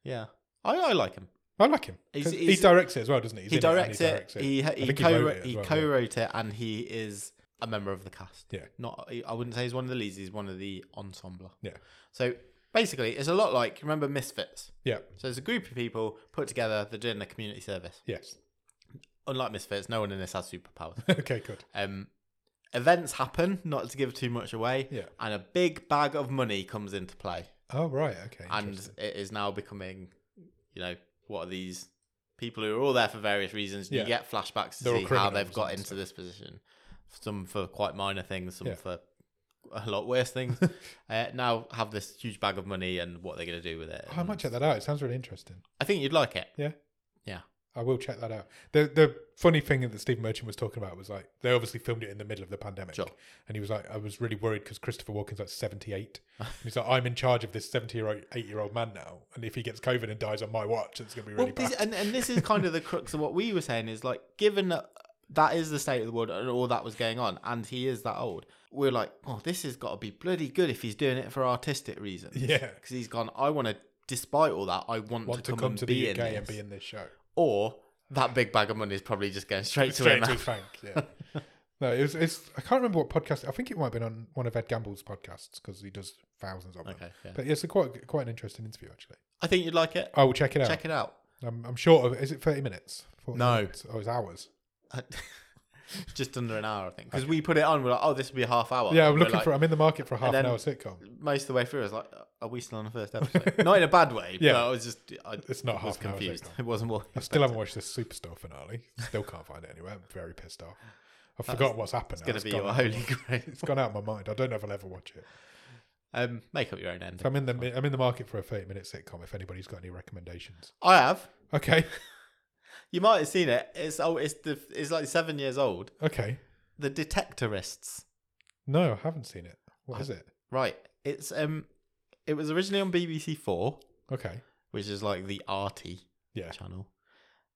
Speaker 2: Yeah, I, I like him.
Speaker 1: I like him. 'Cause
Speaker 2: He's-
Speaker 1: he
Speaker 2: he's-
Speaker 1: directs it as well, doesn't he? He's
Speaker 2: He
Speaker 1: in and
Speaker 2: directs, it, He
Speaker 1: I
Speaker 2: he,
Speaker 1: think he
Speaker 2: co
Speaker 1: wrote it
Speaker 2: he,
Speaker 1: as well,
Speaker 2: co-wrote it, and he is a member of the cast.
Speaker 1: Yeah.
Speaker 2: not I wouldn't say he's one of the leads. He's one of the ensemble.
Speaker 1: Yeah.
Speaker 2: So basically, it's a lot like remember Misfits.
Speaker 1: Yeah.
Speaker 2: So it's a group of people put together. They're doing a community service.
Speaker 1: Yes.
Speaker 2: Unlike Misfits, no one in this has superpowers.
Speaker 1: okay. Good.
Speaker 2: um, events happen, not to give too much away,
Speaker 1: Yeah.
Speaker 2: and a big bag of money comes into play,
Speaker 1: Oh right. Okay.
Speaker 2: and
Speaker 1: interesting.
Speaker 2: it is now becoming, you know, what are these people who are all there for various reasons?
Speaker 1: Yeah.
Speaker 2: You get flashbacks to
Speaker 1: They're all
Speaker 2: see how
Speaker 1: criminals
Speaker 2: they've got
Speaker 1: and
Speaker 2: into this position, some for quite minor things, some
Speaker 1: Yeah.
Speaker 2: for a lot worse things. uh, now have this huge bag of money and what they're going to do with it.
Speaker 1: Oh, I might
Speaker 2: And
Speaker 1: check that out. It sounds really interesting.
Speaker 2: I think you'd like it.
Speaker 1: Yeah.
Speaker 2: Yeah.
Speaker 1: I will check that out. The the funny thing that Steve Merchant was talking about was like they obviously filmed it in the middle of the pandemic,
Speaker 2: Sure.
Speaker 1: and he was like, I was really worried because Christopher Walken's like seventy eight. he's like, I'm in charge of this seventy year old eight year old man now, and if he gets COVID and dies on my watch, it's gonna be really
Speaker 2: well,
Speaker 1: bad.
Speaker 2: this, and, and this is kind of the crux of what we were saying is like given that that is the state of the world and all that was going on and he is that old we're like oh this has got to be bloody good if he's doing it for artistic reasons
Speaker 1: yeah,
Speaker 2: because he's gone i want to despite all that i want,
Speaker 1: want
Speaker 2: to come, and,
Speaker 1: to
Speaker 2: be
Speaker 1: the
Speaker 2: in
Speaker 1: UK
Speaker 2: this.
Speaker 1: and be in this show.
Speaker 2: or that big bag of money is probably just going straight, to
Speaker 1: Straight
Speaker 2: him
Speaker 1: to his bank. Yeah. No, it was, it's. I can't remember what podcast. I think it might have been on one of Ed Gamble's podcasts because he does thousands of them.
Speaker 2: okay yeah.
Speaker 1: But yeah, it's a quite quite an interesting interview actually.
Speaker 2: i think you'd like it
Speaker 1: I will check it out.
Speaker 2: check it out
Speaker 1: I'm, I'm short of. Is it thirty minutes? 40
Speaker 2: No.
Speaker 1: minutes? Oh, it's hours.
Speaker 2: just under an hour i think because we put it on we're like oh this will be a half hour
Speaker 1: yeah,
Speaker 2: We're
Speaker 1: I'm looking
Speaker 2: like,
Speaker 1: for. I'm in the market for a half
Speaker 2: then-
Speaker 1: an hour sitcom.
Speaker 2: most of the way through, I was like, "Are we still on the first episode?" Not in a bad way.
Speaker 1: Yeah.
Speaker 2: Yeah, but I was just, I
Speaker 1: It's not
Speaker 2: was
Speaker 1: half an hour
Speaker 2: confused.
Speaker 1: sitcom.
Speaker 2: It wasn't what.
Speaker 1: I still haven't watched the Superstore finale. Still can't find it anywhere. I'm very pissed off. I've forgotten what's happened.
Speaker 2: It's
Speaker 1: now.
Speaker 2: going to be
Speaker 1: gone
Speaker 2: your
Speaker 1: out-
Speaker 2: holy grail.
Speaker 1: It's gone out of my mind. I don't know if I'll ever watch it.
Speaker 2: Um, make up your own end.
Speaker 1: So I'm in the I'm in the market for a 30 minute sitcom. If anybody's got any recommendations,
Speaker 2: I have.
Speaker 1: okay,
Speaker 2: You might have seen it. It's oh, it's the it's like seven years old.
Speaker 1: okay.
Speaker 2: The Detectorists.
Speaker 1: No, I haven't seen it. What is it?
Speaker 2: Right. It's um, it was originally on BBC Four,
Speaker 1: Okay,
Speaker 2: which is like the arty
Speaker 1: Yeah.
Speaker 2: channel.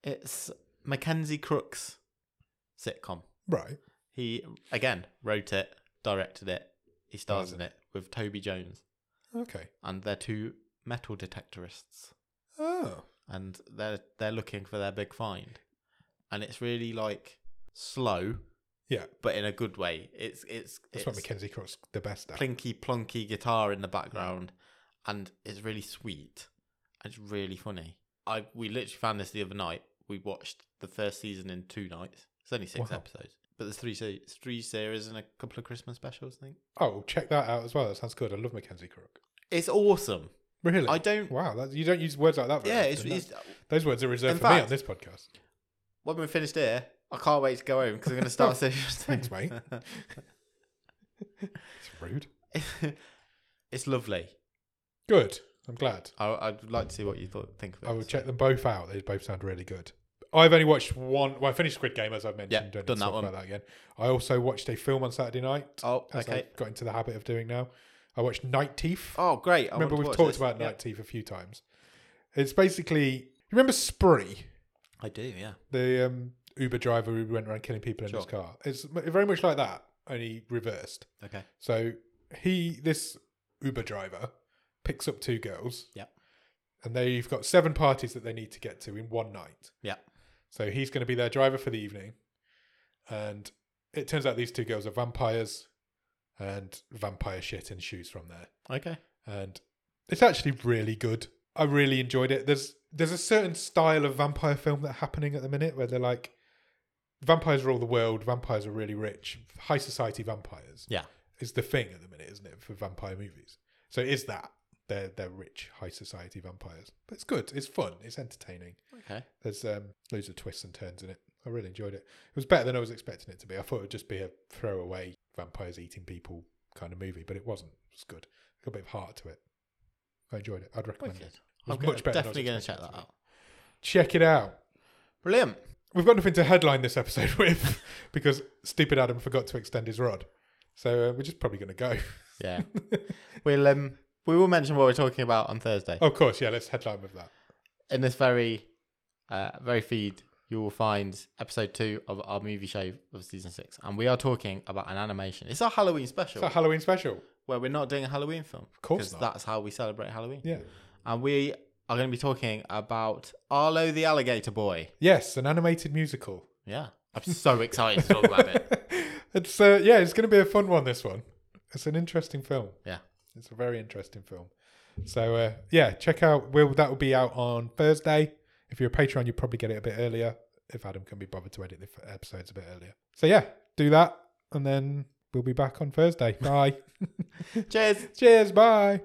Speaker 2: It's Mackenzie Crooks sitcom.
Speaker 1: right.
Speaker 2: He again wrote it, directed it. He stars
Speaker 1: Does
Speaker 2: in it with Toby Jones.
Speaker 1: Okay.
Speaker 2: and they're two metal detectorists,
Speaker 1: Oh,
Speaker 2: and they're they're looking for their big find, and it's really like slow,
Speaker 1: yeah.
Speaker 2: but in a good way. It's it's
Speaker 1: That's what
Speaker 2: it's
Speaker 1: Mackenzie Crook's the best at.
Speaker 2: plinky plonky guitar in the background,
Speaker 1: Mm.
Speaker 2: and it's really sweet, and it's really funny. I we literally found this the other night. We watched the first season in two nights. It's only six
Speaker 1: Wow.
Speaker 2: episodes, but there's three se- three series and a couple of Christmas specials. I think
Speaker 1: Oh, check that out as well. That sounds good. I love Mackenzie Crook.
Speaker 2: it's awesome.
Speaker 1: Really?
Speaker 2: I don't.
Speaker 1: Wow, that, you don't use words like that. Very
Speaker 2: Yeah, it's,
Speaker 1: often.
Speaker 2: it's
Speaker 1: Those words are reserved
Speaker 2: In
Speaker 1: for me
Speaker 2: fact-
Speaker 1: on this podcast.
Speaker 2: when we finished here, I can't wait to go home because I'm going to start series.
Speaker 1: Thanks, mate. It's rude.
Speaker 2: it's lovely.
Speaker 1: Good. I'm glad.
Speaker 2: I, I'd like to see what you thought, think of it.
Speaker 1: I will check them both out. They both sound really good. I've only watched one. Well, I finished Squid Game as I've mentioned.
Speaker 2: Yeah,
Speaker 1: Don't
Speaker 2: done
Speaker 1: need to
Speaker 2: that
Speaker 1: talk
Speaker 2: one.
Speaker 1: About that again. I also watched a film on Saturday night.
Speaker 2: Oh,
Speaker 1: as
Speaker 2: okay.
Speaker 1: I've got into the habit of doing now. I watched Night Teeth.
Speaker 2: Oh, great. I
Speaker 1: remember we've
Speaker 2: want to watch
Speaker 1: talked
Speaker 2: this.
Speaker 1: about
Speaker 2: Yeah.
Speaker 1: Night Teeth a few times. It's basically you remember Spree,
Speaker 2: I do, yeah.
Speaker 1: the um, Uber driver who went around killing people in his
Speaker 2: Sure.
Speaker 1: car. It's m- very much like that, only reversed.
Speaker 2: Okay.
Speaker 1: So he, this Uber driver, picks up two girls.
Speaker 2: Yep.
Speaker 1: And they've got seven parties that they need to get to in one night.
Speaker 2: Yeah.
Speaker 1: So he's going to be their driver for the evening. And it turns out these two girls are vampires, and vampire shit ensues from there
Speaker 2: Okay.
Speaker 1: and it's actually really good. I really enjoyed it. There's there's a certain style of vampire film that's happening at the minute where they're like vampires rule the world, vampires are really rich, high society vampires
Speaker 2: Yeah.
Speaker 1: is the thing at the minute, isn't it, for vampire movies? So it is that. They're they're rich, high society vampires. But it's good, it's fun, it's entertaining.
Speaker 2: Okay.
Speaker 1: There's um, loads of twists and turns in it. I really enjoyed it. It was better than I was expecting it to be. I thought it would just be a throwaway vampires eating people kind of movie, but it wasn't. It was good. It got a bit of heart to it. I enjoyed it. I'd recommend
Speaker 2: Wicked.
Speaker 1: it. It
Speaker 2: I'm
Speaker 1: was
Speaker 2: go-
Speaker 1: much better than I was
Speaker 2: definitely going to check
Speaker 1: expecting
Speaker 2: that
Speaker 1: it to
Speaker 2: out.
Speaker 1: be. Check it out.
Speaker 2: Brilliant.
Speaker 1: We've got nothing to headline this episode with because stupid Adam forgot to extend his rod. So uh, we're just probably going to go.
Speaker 2: Yeah. we'll um we will mention what we're talking about on Thursday.
Speaker 1: of course, yeah, let's headline with that.
Speaker 2: In this very uh very feed you will find episode two of our movie show of season six. And we are talking about an animation. It's our Halloween special
Speaker 1: It's a Halloween special.
Speaker 2: where we're not doing a Halloween film. Of
Speaker 1: course not.
Speaker 2: that's how we celebrate Halloween.
Speaker 1: Yeah.
Speaker 2: And we are going to be talking about Arlo the Alligator Boy.
Speaker 1: Yes, an animated musical.
Speaker 2: Yeah. I'm so excited to talk about it.
Speaker 1: it's uh, yeah, it's going to be a fun one. This one, it's an interesting film.
Speaker 2: Yeah.
Speaker 1: It's a very interesting film. So uh, yeah, check out. Will that will be out on Thursday. If you're a Patreon, you probably get it a bit earlier. If Adam can be bothered to edit the f- episodes a bit earlier. So yeah, do that, and then we'll be back on Thursday. Bye.
Speaker 2: Cheers.
Speaker 1: Cheers. Bye.